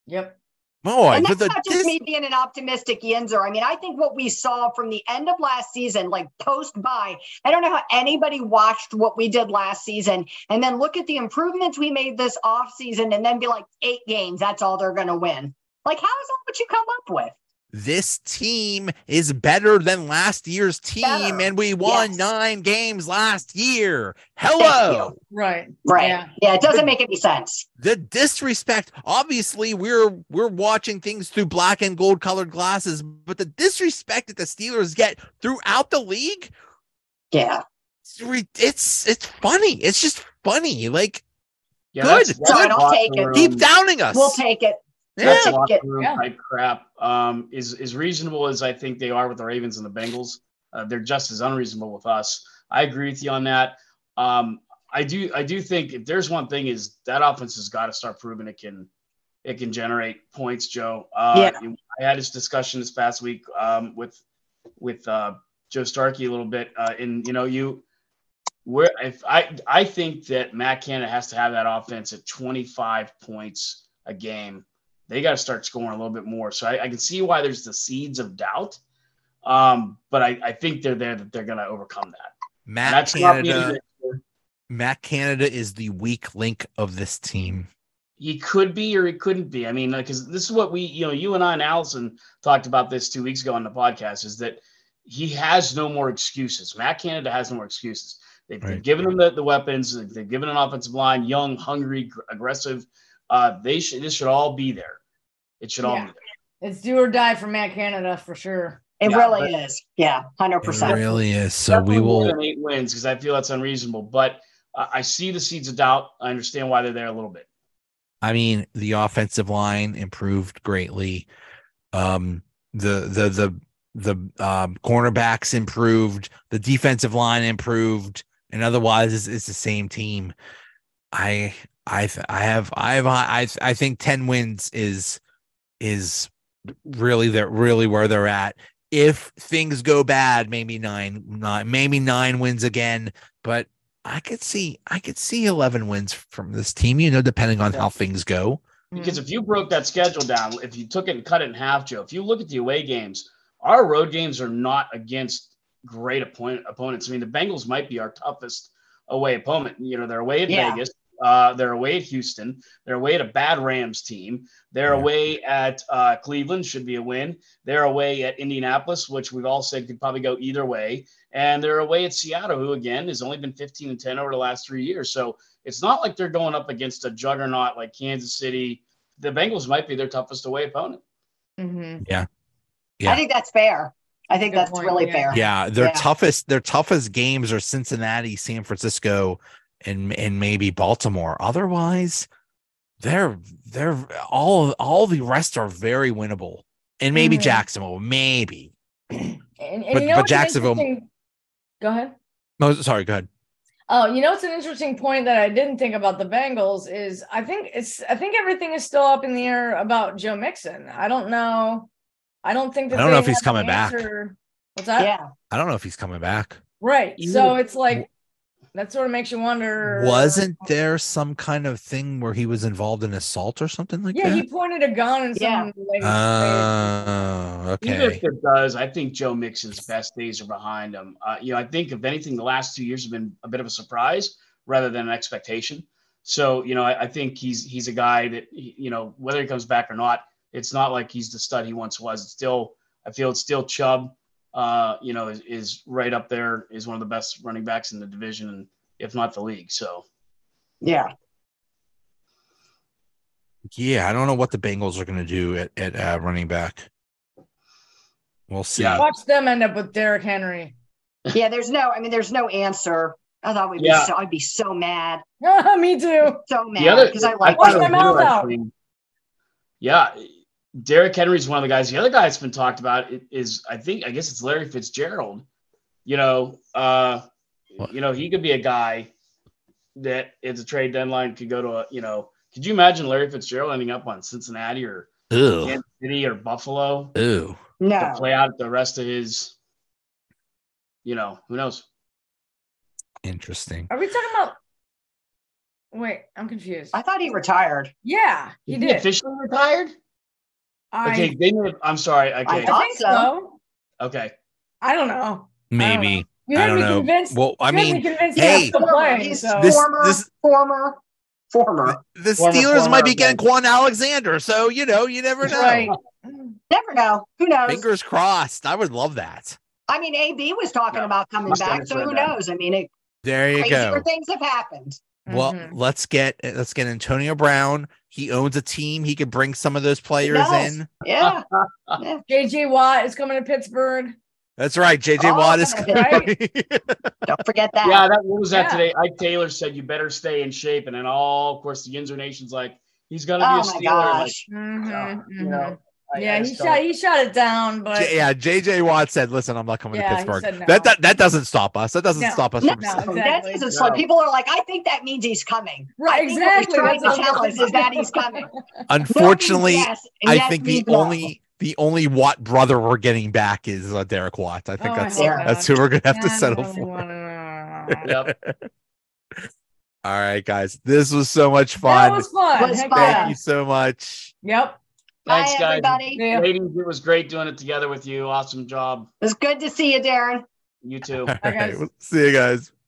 S2: Yep.
S1: Boy,
S3: and
S1: but
S3: that's
S1: the,
S3: not just
S1: this-
S3: me being an optimistic yinzer. I mean, I think what we saw from the end of last season, like post buy, I don't know how anybody watched what we did last season and then look at the improvements we made this offseason and then be like, eight games, that's all they're going to win. Like, how is that what you come up with?
S1: this team is better than last year's team,
S3: Better.
S1: and we won
S3: Yes.
S1: nine games last year. Hello.
S2: Right.
S3: Right.
S2: Yeah.
S3: Yeah, it doesn't make any sense.
S1: The disrespect. Obviously, we're we're watching things through black and gold colored glasses, but the disrespect that the Steelers get throughout the league,
S3: Yeah.
S1: it's re- it's, it's funny. It's just funny. Like
S4: Yeah,
S1: Good.
S4: that's- that's
S3: Sorry, I'll
S4: locker
S3: take it.
S1: keep
S4: room-
S1: downing us.
S3: We'll take it.
S1: yeah.
S4: Um, That's
S3: Yeah.
S4: locker room
S2: Yeah.
S4: type crap. Um, is as reasonable as I think they are with the Ravens and the Bengals. Uh, they're just as unreasonable with us. I agree with you on that. Um, I do. I do think if there's one thing is that offense has got to start proving it can it can generate points, Joe. Uh, I had this discussion this past week um, with with uh, Joe Starkey a little bit, uh, and you know, you where if I I think that Matt Canada has to have that offense at 25 points a game. They got to start scoring a little bit more. So I, I can see why there's the seeds of doubt, um, but I, I think they're there that they're going to overcome that. And
S1: Matt
S4: not the end of
S1: Canada.
S4: it.
S1: Matt Canada is the weak link of this team.
S4: he could be or he couldn't be. I mean, because this is what we, you know, you and I and Allison talked about this two weeks ago on the podcast is that he has no more excuses. Matt Canada has no more excuses. They've, they've
S1: Right.
S4: given him the, the weapons, they've they've given an offensive line, young, hungry, gr- aggressive. Uh, they should, this should all be there. It should all
S2: Yeah.
S4: be there.
S2: It's do or die for Matt Canada for sure.
S3: It
S4: Yeah,
S3: really is. Yeah. 100%.
S1: It really is. So we
S4: Definitely more
S1: will.
S4: than eight wins because I feel that's unreasonable, but uh, I see the seeds of doubt. I understand why they're there a little bit.
S1: I mean, the offensive line improved greatly. Um, the the the the um, cornerbacks improved. The defensive line improved, and otherwise, it's, it's the same team. I I th- I have I have I I think ten wins is is really they're really where they're at. If things go bad, maybe nine, nine maybe nine wins again, but I could see I could see 11 wins from this team, you know, depending on how things go.
S4: Because if you broke that schedule down, if you took it and cut it in half, Joe, if you look at the away games, our road games are not against great opponent, opponents. I mean, the Bengals might be our toughest away opponent. You know, they're away at
S3: Yeah.
S4: Vegas. Uh, they're away at Houston. They're away at a bad Rams team. They're
S1: Yeah.
S4: away at uh, Cleveland, should be a win. They're away at Indianapolis, which we've all said could probably go either way. And they're away at Seattle, who again has only been 15 and 10 over the last three years. So it's not like they're going up against a juggernaut like Kansas City. The Bengals might be their toughest away opponent.
S2: Mm-hmm.
S1: Yeah.
S3: I think that's fair. I think
S2: Good
S3: that's
S2: point,
S3: really
S2: yeah.
S3: fair.
S1: Yeah, their
S3: Yeah.
S1: toughest their toughest games are Cincinnati, San Francisco, and and maybe Baltimore. Otherwise, they're they're all all the rest are very winnable, and maybe
S2: Mhm.
S1: Jacksonville, maybe.
S2: And, and
S1: But-
S2: you know
S1: but
S2: what's an
S1: Jacksonville-
S2: interesting- Go ahead.
S1: No, sorry, go ahead.
S2: Oh, you know, it's an interesting point that I didn't think about the Bengals is I think it's I think everything is still up in the air about Joe Mixon. I don't know. I don't think that
S1: I don't
S2: they
S1: know if he's
S2: have an
S1: coming back.
S2: answer. What's
S3: Yeah.
S2: that?
S1: I don't know if he's coming back.
S2: Right.
S4: You-
S2: So it's like that sort of makes you wonder.
S1: Wasn't there some kind of thing where he was involved in assault or something like
S2: Yeah, he
S1: that?
S2: pointed a gun and
S3: Yeah.
S2: some like
S1: Oh,
S4: Even
S1: okay.
S4: if it does, I think Joe Mixon's best days are behind him. Uh, you know, I think if anything, the last two years have been a bit of a surprise rather than an expectation. So, you know, I, I think he's he's a guy that he- you know whether he comes back or not, it's not like he's the stud he once was. It's still, I feel it's still Chubb. Uh, you know, is, is right up there. Is one of the best running backs in the division, and if not the league. So,
S3: Yeah.
S1: Yeah, I don't know what the Bengals are going to do at at uh, running back. We'll see.
S4: Yeah.
S2: watch them end up with Derrick Henry. *laughs*
S3: Yeah. There's no, I mean, there's no answer. I thought we'd
S4: Yeah.
S3: be so, I'd be so mad.
S2: Me too.
S3: So
S4: the
S3: mad
S4: other
S3: because I like
S2: Watch
S4: thought
S2: my
S3: Joe.
S4: it was
S2: mouth
S4: Miller,
S2: out.
S4: actually. Yeah, Derrick Henry's one of the guys. The other guy that's been talked about i- is I think I guess it's Larry Fitzgerald. You know, uh,
S1: What?
S4: you know he could be a guy that at the trade deadline could go to a you know. Could you imagine Larry Fitzgerald ending up on Cincinnati or
S1: Ew.
S4: Kansas City or Buffalo
S1: Ew.
S4: to
S3: No.
S4: play out the rest of his? You know, who knows?
S1: Interesting.
S2: Are we talking about? Wait, I'm confused.
S3: I thought he retired.
S2: Yeah, he
S4: Is
S2: did.
S4: officially retired.
S2: I,
S4: Okay, they knew, I'm sorry.
S2: I
S4: Okay,
S3: thought-
S2: think
S3: so.
S2: so.
S4: okay.
S2: I don't know.
S1: Maybe.
S2: You
S1: I
S2: had
S1: don't
S2: me
S1: know.
S2: convinced.
S1: Well, I
S2: you had me
S1: mean,
S2: convinced
S1: hey,
S2: he was still playing.
S3: He's
S2: So
S1: This-
S3: former,
S1: this-
S3: former, former.
S1: the
S4: Former,
S1: Steelers
S4: former
S1: might be getting
S4: Bengals.
S1: Quan Alexander, so you know, you never know.
S2: right.
S3: Never know. Who knows?
S1: Fingers crossed. I would love that.
S3: I mean, AB was talking
S4: Yeah.
S3: about coming
S4: Must
S3: back,
S4: have
S3: so
S4: enjoyed
S3: who
S4: that.
S3: knows? I mean, it,
S1: There you
S3: crazier
S1: go.
S3: things have happened.
S1: Well,
S2: Mhm.
S1: let's get let's get Antonio Brown. He owns a team. He could bring some of those players
S3: does.
S1: in.
S3: Yeah.
S2: JJ Watt is coming to
S3: *laughs*
S2: Pittsburgh.
S1: That's right. JJ
S3: Oh,
S1: Watt is *laughs*
S4: *laughs*
S2: right.
S3: Don't forget that.
S4: Yeah, that what was that
S2: Yeah.
S4: today? Ike Taylor said you better stay in shape, and then all of course the Yinzer Nation's like he's gonna
S3: oh
S4: be
S3: my
S4: a Steeler. Like,
S3: gosh.
S2: Mhm,
S4: Yeah, you
S2: mhm.
S4: know, I- I
S2: yeah, he
S4: just
S2: shot
S4: don't-
S2: he shot it down, but
S1: J- yeah, JJ Watt said, "Listen, I'm not coming
S2: Yeah, he
S1: to Pittsburgh.
S2: said no.
S1: That, that that doesn't stop us. That doesn't
S2: No.
S1: stop us
S3: No,
S1: from
S2: no.
S1: saying-
S3: that
S2: exactly.
S3: doesn't slow-
S4: No.
S3: People are like, I think that means he's coming.
S2: right,
S3: I think what he's
S2: exactly.
S3: trying
S2: That's Oh
S3: to
S2: what I'm
S3: tell us
S2: saying.
S3: is
S2: *laughs*
S3: that he's coming.
S1: *laughs* Unfortunately,
S3: No means yes, and
S1: I
S3: yes
S1: think the
S3: means no.
S1: only the only Watt brother we're getting back is uh, Derek Watt. I think
S2: Oh, I
S1: that's
S2: hope
S3: Yeah.
S1: that's who we're gonna have to
S2: I
S1: settle
S2: really
S1: for. *laughs*
S2: wanna-
S4: Yep.
S1: All right, guys, this was so much
S2: That
S1: fun.
S2: was fun.
S3: Was
S2: Heck
S3: fun.
S1: Thank
S2: yeah.
S1: you so much.
S2: Yep.
S3: Bye,
S4: Thanks, guys.
S3: everybody. It
S2: Yeah.
S4: Ladies, it was great doing it together with you. Awesome job,
S3: was good to see you, Darren.
S4: you too.
S1: All right,
S2: guys.
S1: we'll see you guys.